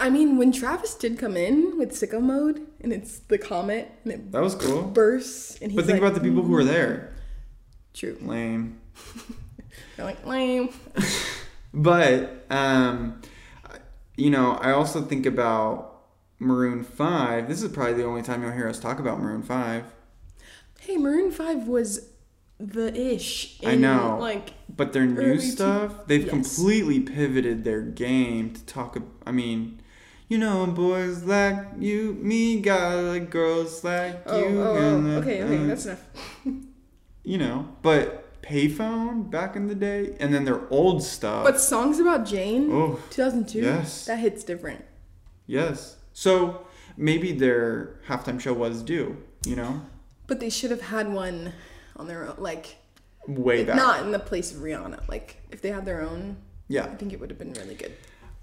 Speaker 1: I mean, when Travis did come in with sicko mode, and it's the comet, and it
Speaker 2: That was cool.
Speaker 1: bursts, and he's
Speaker 2: But think
Speaker 1: like, "Mm."
Speaker 2: about the people who were there.
Speaker 1: true.
Speaker 2: Lame.
Speaker 1: They're like lame.
Speaker 2: But um, you know, I also think about Maroon Five. This is probably the only time you'll hear us talk about Maroon Five.
Speaker 1: Hey, Maroon Five was the ish.
Speaker 2: I know,
Speaker 1: Like
Speaker 2: but their new
Speaker 1: early two-
Speaker 2: stuff, they've
Speaker 1: Yes.
Speaker 2: completely pivoted their game to talk. ab- I mean, you know, boys like you, me, got like girls like
Speaker 1: oh,
Speaker 2: you.
Speaker 1: oh,
Speaker 2: and,
Speaker 1: oh.
Speaker 2: uh,
Speaker 1: okay, okay,
Speaker 2: uh,
Speaker 1: that's enough.
Speaker 2: you know, but payphone back in the day, and then their old stuff.
Speaker 1: But songs about Jane,
Speaker 2: Oh,
Speaker 1: 2002,
Speaker 2: yes.
Speaker 1: that hits different.
Speaker 2: yes. So maybe their halftime show was due. You know.
Speaker 1: But they should have had one on their own, like
Speaker 2: way back.
Speaker 1: not in the place of Rihanna. Like if they had their own, I
Speaker 2: Yeah.
Speaker 1: think it would have been really good.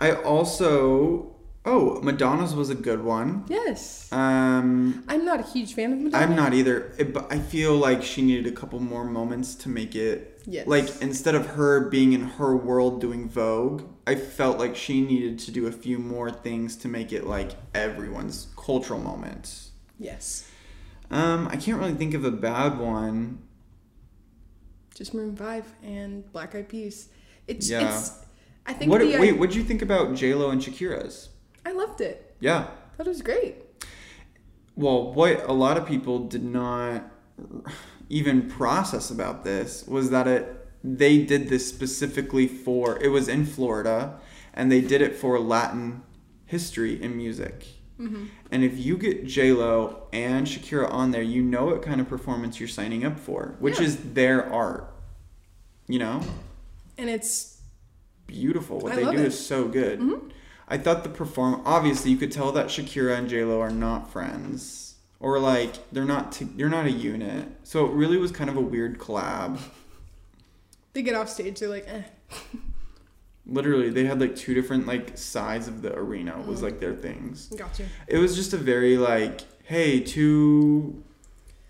Speaker 2: I also oh Madonna's was a good one.
Speaker 1: Yes.
Speaker 2: Um,
Speaker 1: I'm not a huge fan of Madonna.
Speaker 2: I'm not either, it- but I feel like she needed a couple more moments to make it.
Speaker 1: Yes.
Speaker 2: Like instead of her being in her world doing Vogue, I felt like she needed to do a few more things to make it like everyone's cultural moment.
Speaker 1: Yes.
Speaker 2: Um, I can't really think of a bad one.
Speaker 1: Just Maroon 5 and Black Eyed Peas. It's
Speaker 2: Yeah.
Speaker 1: it's I think
Speaker 2: what,
Speaker 1: the
Speaker 2: wait, what do you think about J Lo and Shakira's?
Speaker 1: I loved it.
Speaker 2: Yeah.
Speaker 1: That was great.
Speaker 2: Well, what a lot of people did not even process about this was that it they did this specifically for it was in Florida and they did it for Latin history and music. And if you get J Lo and Shakira on there, you know what kind of performance you're signing up for, which
Speaker 1: Yeah.
Speaker 2: is their art. You know,
Speaker 1: And it's
Speaker 2: beautiful. What
Speaker 1: I
Speaker 2: they
Speaker 1: love
Speaker 2: do
Speaker 1: it. Mm-hmm.
Speaker 2: is so good. I thought the perform obviously you could tell that Shakira and J Lo are not friends or like they're not t- they're not a unit. So it really was kind of a weird collab.
Speaker 1: they get off stage, they're like, eh.
Speaker 2: Literally, they had like two different like sides of the arena
Speaker 1: Mm-hmm.
Speaker 2: was like their things.
Speaker 1: Gotcha.
Speaker 2: It was just a very like hey two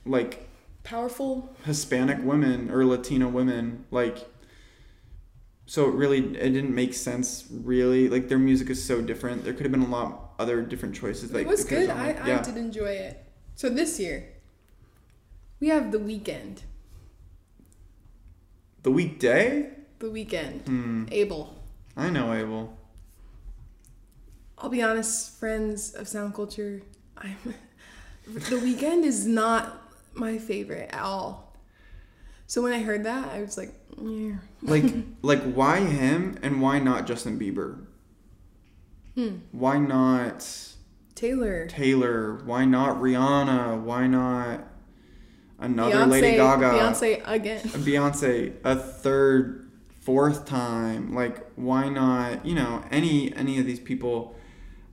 Speaker 2: like
Speaker 1: Powerful.
Speaker 2: Hispanic women or Latina women like. So it really it didn't make sense really like their music is so different. There could have been a lot other different choices. Like
Speaker 1: it was
Speaker 2: could have
Speaker 1: good.
Speaker 2: gone
Speaker 1: I,
Speaker 2: with-
Speaker 1: I did enjoy it. So this year, we have the weekend.
Speaker 2: The weekday?
Speaker 1: The weekend.
Speaker 2: Hmm.
Speaker 1: Abel.
Speaker 2: I know Abel.
Speaker 1: I'll be honest, friends of sound culture, I'm the weekend is not my favorite at all. So when I heard that, I was like, yeah.
Speaker 2: Like like why him and why not Justin Bieber?
Speaker 1: Hmm.
Speaker 2: Why not
Speaker 1: Taylor.
Speaker 2: Taylor? Why not Rihanna? Why not another Lady Gaga?
Speaker 1: Beyonce again.
Speaker 2: a Beyonce a third, fourth time. Like, why not? You know, any any of these people.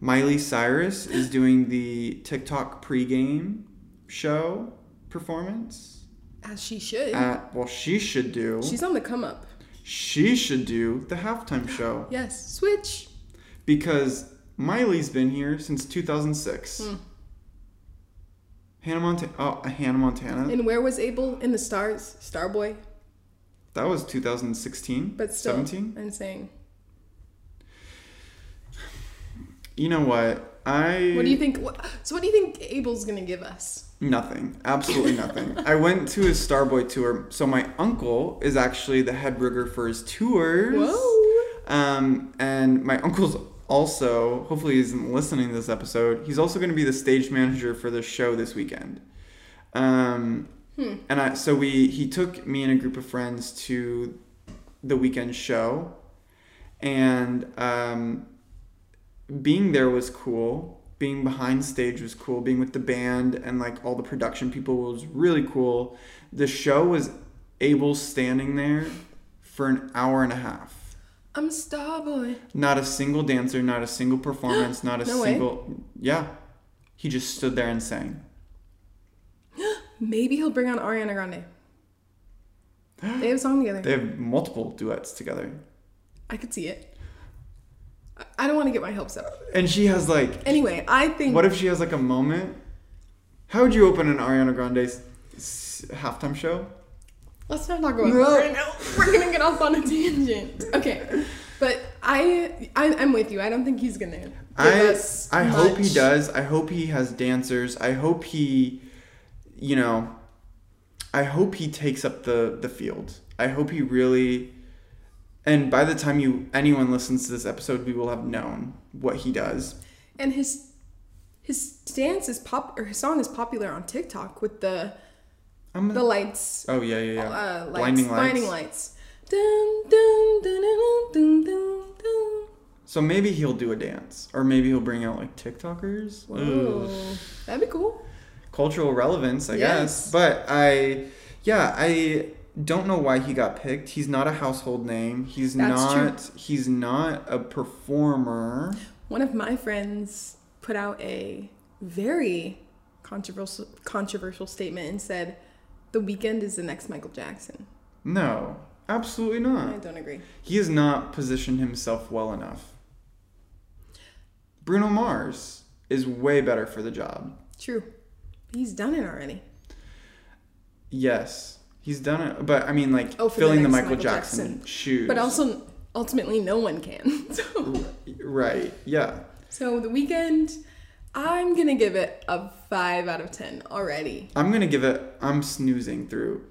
Speaker 2: Miley Cyrus is doing the TikTok pregame show performance.
Speaker 1: As she should.
Speaker 2: At well, she should do.
Speaker 1: She's on the come up.
Speaker 2: she should do the halftime show
Speaker 1: Yes. Switch.
Speaker 2: because Miley's been here since 2006.
Speaker 1: Hmm.
Speaker 2: Hannah Montana. Oh, Hannah Montana.
Speaker 1: And where was Abel? In the stars. Starboy.
Speaker 2: that was 2016.
Speaker 1: But still.
Speaker 2: 17.
Speaker 1: I'm saying.
Speaker 2: You know what? I.
Speaker 1: What do you think? What, so what do you think Abel's gonna give us?
Speaker 2: Nothing. Absolutely nothing. I went to his Starboy tour. So my uncle is actually the head rigger for his tours.
Speaker 1: Whoa.
Speaker 2: Um, and my uncle's also, hopefully he isn't listening to this episode, he's also going to be the stage manager for the show this weekend. Um, And I, so we, he took me and a group of friends to the weekend show. And um, being there was cool. Being behind stage was cool. Being with the band and like all the production people was really cool. The show was able standing there for an hour and a half.
Speaker 1: I'm Starboy.
Speaker 2: Not a single dancer, not a single performance, not a
Speaker 1: No way.
Speaker 2: single. Yeah. He just stood there and sang.
Speaker 1: Maybe he'll bring on Ariana Grande. They have a song together.
Speaker 2: They have multiple duets together.
Speaker 1: I could see it. I- I don't want to get my hopes up.
Speaker 2: And she has like.
Speaker 1: Anyway, I think
Speaker 2: What if she has like a moment? How would you open an Ariana Grande s- s- halftime show?
Speaker 1: let's not talk about
Speaker 2: No.
Speaker 1: that right now. We're gonna get off on a tangent. Okay, but I, I I'm with you. I don't think he's gonna. Give
Speaker 2: I
Speaker 1: us
Speaker 2: I hope he
Speaker 1: much.
Speaker 2: does. I hope he has dancers. I hope he, you know, I hope he takes up the the field. I hope he really. And by the time you anyone listens to this episode, we will have known what he does.
Speaker 1: And his his dance is pop or his song is popular on TikTok with the
Speaker 2: I'm
Speaker 1: the lights
Speaker 2: oh yeah yeah yeah.
Speaker 1: uh, lights,
Speaker 2: Blinding lights.
Speaker 1: blinding lights. Dun, dun, dun, dun, dun, dun, dun.
Speaker 2: So maybe he'll do a dance, or maybe he'll bring out like TikTokers. Ooh.
Speaker 1: Whoa, that'd be cool.
Speaker 2: cultural relevance, I
Speaker 1: Yes.
Speaker 2: guess. But I, yeah, I don't know why he got picked. He's not a household name. He's
Speaker 1: That's
Speaker 2: not. He's not a performer.
Speaker 1: One of my friends put out a very controversial controversial statement and said, "The weekend is the next Michael Jackson."
Speaker 2: No, absolutely
Speaker 1: I
Speaker 2: not.
Speaker 1: don't agree.
Speaker 2: He has not positioned himself well enough. Bruno Mars is way better for the job.
Speaker 1: True, he's done it already.
Speaker 2: Yes, he's done it. But I mean, like
Speaker 1: Oh, for the
Speaker 2: filling the,
Speaker 1: next
Speaker 2: Michael,
Speaker 1: Michael
Speaker 2: Jackson,
Speaker 1: Jackson.
Speaker 2: shoes.
Speaker 1: But also, ultimately, no one can. So,
Speaker 2: right? Yeah.
Speaker 1: so the weekend, I'm gonna give it a five out of ten already.
Speaker 2: I'm gonna give it. I'm snoozing through.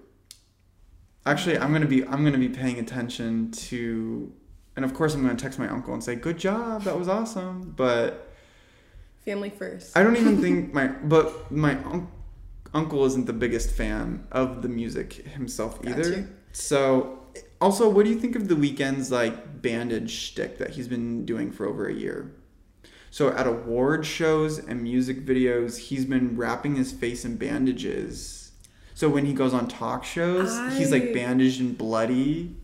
Speaker 2: Actually, I'm gonna be I'm gonna be paying attention to, and of course I'm gonna text my uncle and say good job, that was awesome. But
Speaker 1: Family first.
Speaker 2: I don't even think my but my un- uncle isn't the biggest fan of the music himself
Speaker 1: Got
Speaker 2: either.
Speaker 1: you.
Speaker 2: So also, what do you think of the weekend's like bandage shtick that he's been doing for over a year? So at award shows and music videos, he's been wrapping his face in bandages. So when he goes on talk shows, he's
Speaker 1: I-
Speaker 2: like bandaged and bloody.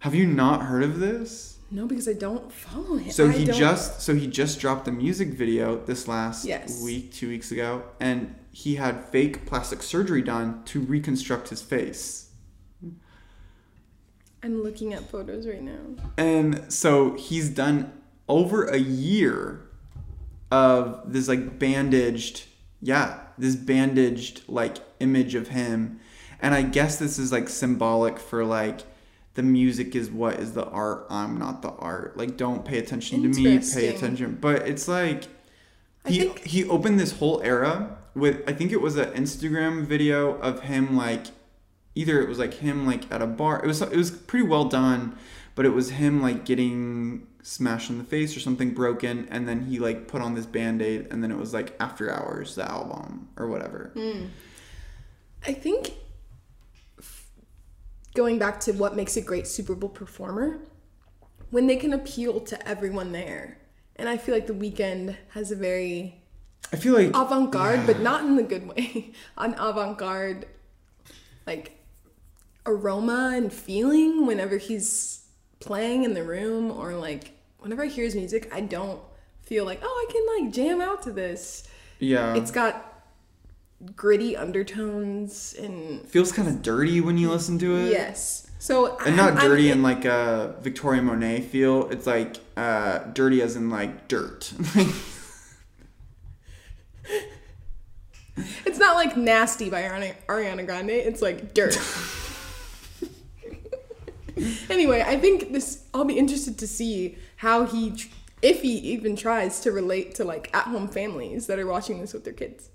Speaker 2: Have you not heard of this?
Speaker 1: No, because I don't follow him.
Speaker 2: So
Speaker 1: I
Speaker 2: he
Speaker 1: don't-
Speaker 2: just so he just dropped a music video this last
Speaker 1: Yes.
Speaker 2: week, two weeks ago, and he had fake plastic surgery done to reconstruct his face.
Speaker 1: I'm looking at photos right now.
Speaker 2: And so he's done over a year of this like bandaged, yeah, this bandaged like image of him. And I guess this is like symbolic for like the music is what is the art, I'm not the art. Like don't pay attention to me, pay
Speaker 1: Interesting.
Speaker 2: attention. But it's like
Speaker 1: I
Speaker 2: he
Speaker 1: think-
Speaker 2: he opened this whole era with I think it was an Instagram video of him like either it was like him like at a bar it was it was pretty well done but it was him like getting smashed in the face or something broken and then he like put on this band-aid and then it was like after hours the album or whatever
Speaker 1: Mm. I think f- going back to what makes a great Super Bowl performer, when they can appeal to everyone there. And I feel like The Weeknd has a very
Speaker 2: i feel like
Speaker 1: avant garde, but not in the good way, an avant garde like aroma and feeling whenever he's playing in the room or like whenever I hear his music, I don't feel like, oh, I can like jam out to this.
Speaker 2: yeah
Speaker 1: It's got gritty undertones and
Speaker 2: feels kind of dirty when you listen to it
Speaker 1: yes. So
Speaker 2: and not
Speaker 1: I'm-
Speaker 2: dirty
Speaker 1: I'm-
Speaker 2: in like a Victoria Monet feel. It's like uh, dirty as in like dirt.
Speaker 1: It's not like nasty by Ariana, Ariana Grande. It's like dirt. anyway, I think this. I'll be interested to see how he, tr- if he even tries to relate to like at-home families that are watching this with their kids.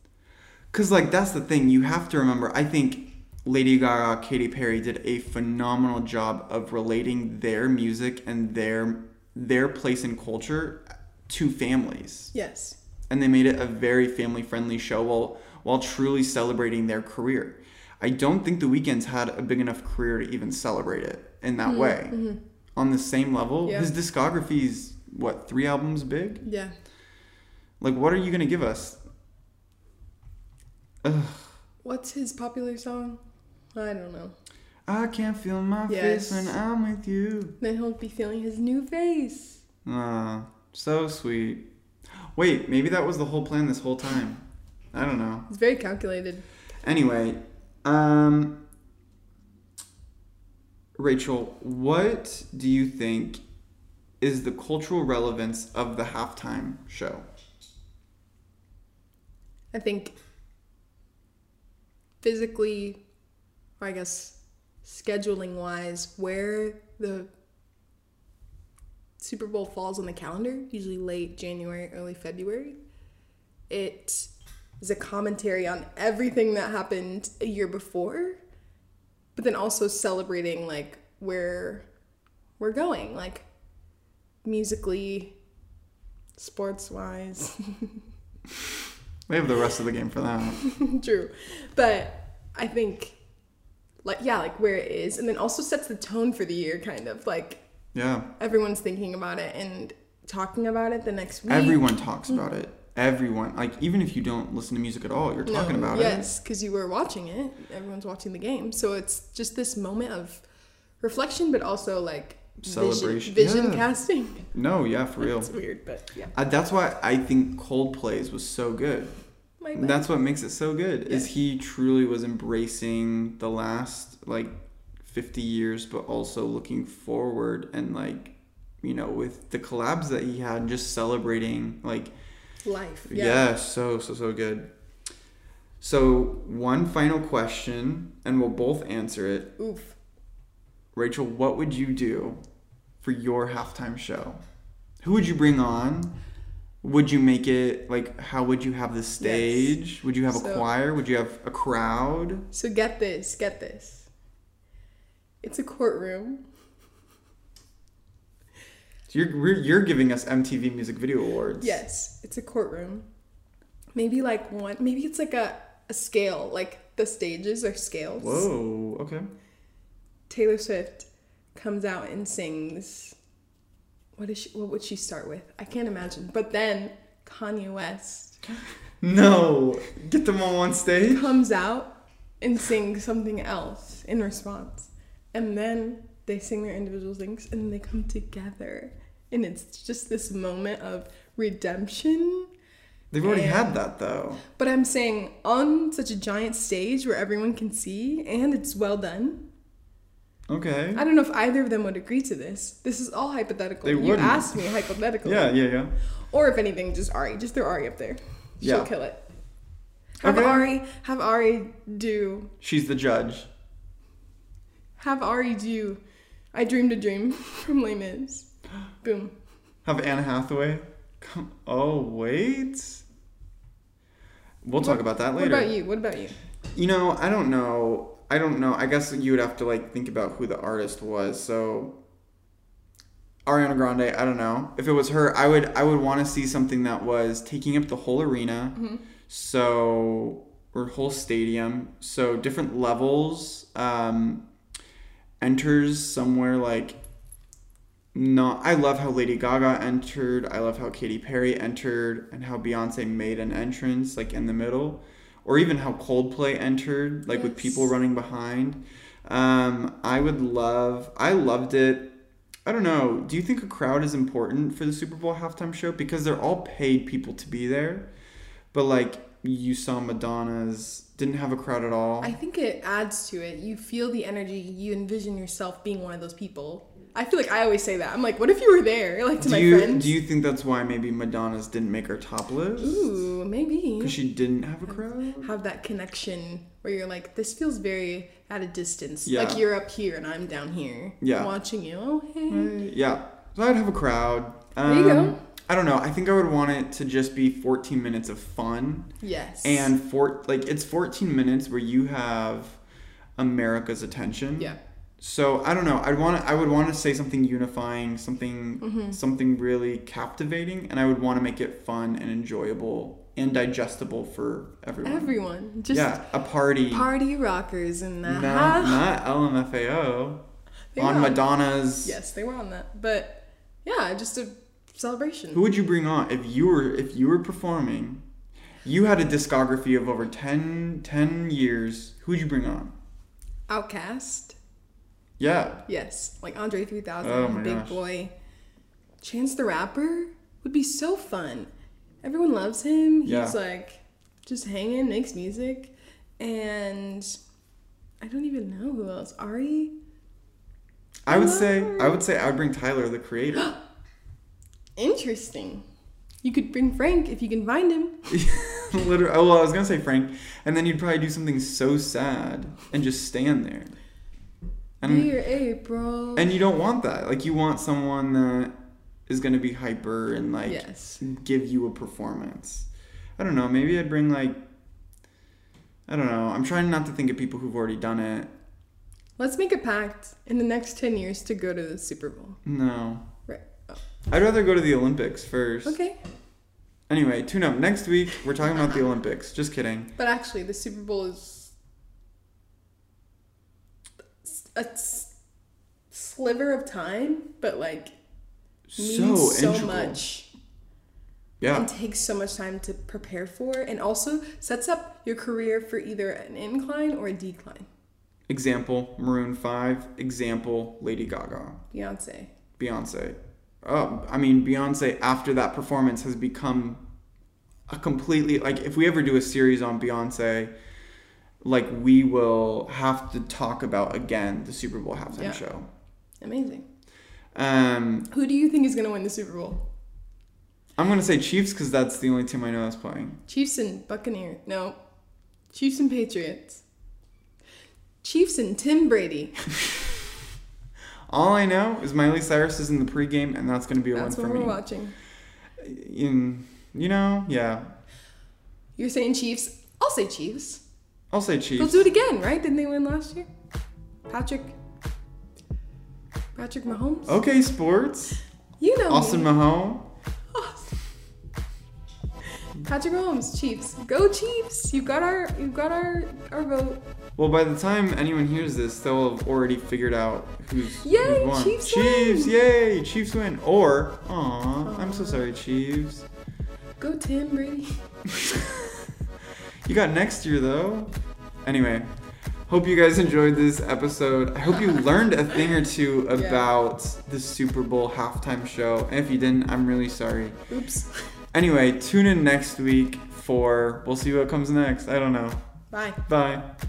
Speaker 2: Because, like, that's the thing. You have to remember, I think Lady Gaga, Katy Perry did a phenomenal job of relating their music and their their place in culture to families.
Speaker 1: Yes.
Speaker 2: And they made it a very family friendly show while, while truly celebrating their career. I don't think The Weeknd's had a big enough career to even celebrate it in that way. On the same level,
Speaker 1: Mm-hmm, Yeah.
Speaker 2: his discography's what, three albums big?
Speaker 1: Yeah.
Speaker 2: Like, what are you gonna give us? Ugh.
Speaker 1: What's his popular song? I don't know.
Speaker 2: I can't feel my
Speaker 1: Yes.
Speaker 2: face when I'm with you.
Speaker 1: Then he'll be feeling his new face.
Speaker 2: Ah, so sweet. Wait, maybe that was the whole plan this whole time. I don't know.
Speaker 1: It's very calculated.
Speaker 2: Anyway, um, Rachel, what do you think is the cultural relevance of the halftime show?
Speaker 1: I think physically, or I guess scheduling wise, where the Super Bowl falls on the calendar, usually late January, early February, it is a commentary on everything that happened a year before, but then also celebrating like where we're going, like musically, sports wise.
Speaker 2: We have the rest of the game for that.
Speaker 1: True. But I think like yeah, like where it is and then also sets the tone for the year kind of like
Speaker 2: Yeah.
Speaker 1: everyone's thinking about it and talking about it the next week.
Speaker 2: Everyone talks about it. Everyone. Like, even if you don't listen to music at all, you're talking about it.
Speaker 1: yes, because you were watching it. Everyone's watching the game, so it's just this moment of reflection, but also like vision-
Speaker 2: Celebration.
Speaker 1: vision,
Speaker 2: Yeah.
Speaker 1: casting.
Speaker 2: No, yeah, for real.
Speaker 1: It's weird, but yeah,
Speaker 2: Uh, that's why I think Coldplay's was so good.
Speaker 1: my bad.
Speaker 2: That's what makes it so good. Is
Speaker 1: Yeah.
Speaker 2: he truly was embracing the last like 50 years, but also looking forward and like you know with the collabs that he had, just celebrating like
Speaker 1: life.
Speaker 2: yeah, so so so good. So one final question, and we'll both answer it.
Speaker 1: Oof.
Speaker 2: Rachel, what would you do for your halftime show? Who would you bring on? Would you make it like how would you have the stage? Would you have a
Speaker 1: So-
Speaker 2: choir? Would you have a crowd?
Speaker 1: So get this, get this. It's a courtroom.
Speaker 2: You're we're- you're giving us MTV Music Video Awards.
Speaker 1: Yes, it's a courtroom. Maybe like one. Maybe it's like a, a scale. Like the stages are scales.
Speaker 2: Whoa. Okay.
Speaker 1: Taylor Swift comes out and sings. What is she, what would she start with? I can't imagine. But then Kanye West
Speaker 2: No. Get them all on stage.
Speaker 1: comes out and sings something else in response, and then they sing their individual things, and then they come together, and it's just this moment of redemption.
Speaker 2: They've already
Speaker 1: Yeah.
Speaker 2: had that though.
Speaker 1: But I'm saying on such a giant stage where everyone can see and it's well done.
Speaker 2: Okay.
Speaker 1: I don't know if either of them would agree to this. This is all hypothetical.
Speaker 2: They
Speaker 1: you
Speaker 2: wouldn't.
Speaker 1: asked me hypothetical.
Speaker 2: Yeah. Yeah. Yeah.
Speaker 1: Or if anything, just Ari. Just throw Ari up there. She'll
Speaker 2: Yeah.
Speaker 1: kill it. Have
Speaker 2: Okay.
Speaker 1: Ari have Ari do
Speaker 2: She's the judge.
Speaker 1: have Ari do I dreamed a dream from Les Mis. Boom.
Speaker 2: Have Anne Hathaway. Come. Oh wait. We'll talk about that
Speaker 1: What
Speaker 2: later.
Speaker 1: about you? What about you?
Speaker 2: You know, I don't know. I don't know. I guess you would have to like think about who the artist was. So Ariana Grande, I don't know. If it was her, I would I would want to see something that was taking up the whole arena. So or whole stadium. So different levels um enters somewhere like no, I love how Lady Gaga entered. I love how Katy Perry entered, and how Beyonce made an entrance like in the middle, or even how Coldplay entered, like with people
Speaker 1: Yes.
Speaker 2: running behind. Um, I would love. I loved it. I don't know. Do you think a crowd is important for the Super Bowl halftime show because they're all paid people to be there? But like you saw Madonna's didn't have a crowd at all.
Speaker 1: I think it adds to it. You feel the energy. You envision yourself being one of those people. I feel like I always say that. I'm like, what if you were there? Like to
Speaker 2: do
Speaker 1: my
Speaker 2: you
Speaker 1: friends.
Speaker 2: do you think that's why maybe Madonna's didn't make her top list?
Speaker 1: Ooh, maybe.
Speaker 2: Because she didn't have a crowd?
Speaker 1: have that connection where you're like, this feels very at a distance.
Speaker 2: Yeah.
Speaker 1: Like you're up here and I'm down here.
Speaker 2: Yeah. Mm-hmm.
Speaker 1: Watching you. Oh, hey.
Speaker 2: Yeah. So I'd have a crowd. Um,
Speaker 1: There you go.
Speaker 2: I don't know. I think I would want it to just be 14 minutes of fun.
Speaker 1: Yes.
Speaker 2: And four, like, it's 14 minutes where you have America's attention.
Speaker 1: Yeah.
Speaker 2: So I don't know. I'd want. I would want to say something unifying, something,
Speaker 1: Mm-hmm.
Speaker 2: something really captivating, and I would want to make it fun and enjoyable and digestible for everyone.
Speaker 1: Everyone. Just
Speaker 2: yeah, a party.
Speaker 1: party rockers in
Speaker 2: No,
Speaker 1: that.
Speaker 2: not LMFAO.
Speaker 1: They
Speaker 2: on
Speaker 1: are.
Speaker 2: Madonna's.
Speaker 1: Yes, they were on that. But yeah, just a celebration.
Speaker 2: Who would you bring on if you were if you were performing? You had a discography of over 10, 10 years. Who would you bring on?
Speaker 1: Outcast.
Speaker 2: Yeah.
Speaker 1: Yes. Like Andre 3000,
Speaker 2: Oh my
Speaker 1: Big
Speaker 2: gosh.
Speaker 1: Boy. Chance the Rapper would be so fun. Everyone loves him. He's
Speaker 2: Yeah.
Speaker 1: like just hanging, makes music. And I don't even know who else. Ari?
Speaker 2: I would say I would say I would bring Tyler the creator.
Speaker 1: Interesting. You could bring Frank if you can find him.
Speaker 2: Literally oh well, I was gonna say Frank. And then you'd probably do something so sad and just stand there. And
Speaker 1: Dear April.
Speaker 2: and you don't want that. Like you want someone that is gonna be hyper and like
Speaker 1: yes.
Speaker 2: give you a performance. I don't know. Maybe I'd bring like I don't know. I'm trying not to think of people who've already done it.
Speaker 1: Let's make a pact in the next 10 years to go to the Super Bowl.
Speaker 2: No.
Speaker 1: Right. Oh,
Speaker 2: I'd rather go to the Olympics first.
Speaker 1: okay.
Speaker 2: Anyway, tune up. Next week, we're talking about the Olympics. Just kidding.
Speaker 1: But actually, the Super Bowl is a s- sliver of time, but like means
Speaker 2: So,
Speaker 1: so,
Speaker 2: integral.
Speaker 1: much
Speaker 2: Yeah.
Speaker 1: and takes so much time to prepare for, and also sets up your career for either an incline or a decline.
Speaker 2: Example Maroon 5. Example Lady Gaga.
Speaker 1: Beyonce.
Speaker 2: Beyonce. Oh, I mean, Beyonce after that performance has become a completely like if we ever do a series on Beyonce, like we will have to talk about again the Super Bowl halftime
Speaker 1: Yeah.
Speaker 2: show.
Speaker 1: Amazing.
Speaker 2: Um,
Speaker 1: Who do you think is going to win the Super Bowl?
Speaker 2: I'm gonna say Chiefs because that's the only team I know that's playing.
Speaker 1: Chiefs and Buccaneers. No. Chiefs and Patriots. Chiefs and Tim Brady.
Speaker 2: All I know is Miley Cyrus is in the pregame, and that's gonna be a
Speaker 1: That's
Speaker 2: win
Speaker 1: what
Speaker 2: for
Speaker 1: we're
Speaker 2: me.
Speaker 1: watching.
Speaker 2: In you know, yeah,
Speaker 1: You're saying Chiefs. I'll say Chiefs.
Speaker 2: I'll say
Speaker 1: They'll
Speaker 2: Chiefs.
Speaker 1: do it again, right? Didn't they win last year? Patrick. Patrick Mahomes.
Speaker 2: Okay, sports.
Speaker 1: You know
Speaker 2: Oh, Austin
Speaker 1: me.
Speaker 2: Mahone.
Speaker 1: Patrick Mahomes, Chiefs. Go Chiefs! You got our you got our our vote.
Speaker 2: Well, by the time anyone hears this, they'll have already figured out who's
Speaker 1: Yay,
Speaker 2: who's won.
Speaker 1: Chiefs win!
Speaker 2: Chiefs, yay! Chiefs win. Or, aw, I'm so sorry, Chiefs.
Speaker 1: Go Tim Brady.
Speaker 2: You got next year though. Anyway, hope you guys enjoyed this episode. I hope you learned a thing or two
Speaker 1: Yeah.
Speaker 2: about the Super Bowl halftime show. And if you didn't, I'm really sorry.
Speaker 1: Oops.
Speaker 2: Anyway, tune in next week for we'll see what comes next. I don't know.
Speaker 1: Bye.
Speaker 2: Bye.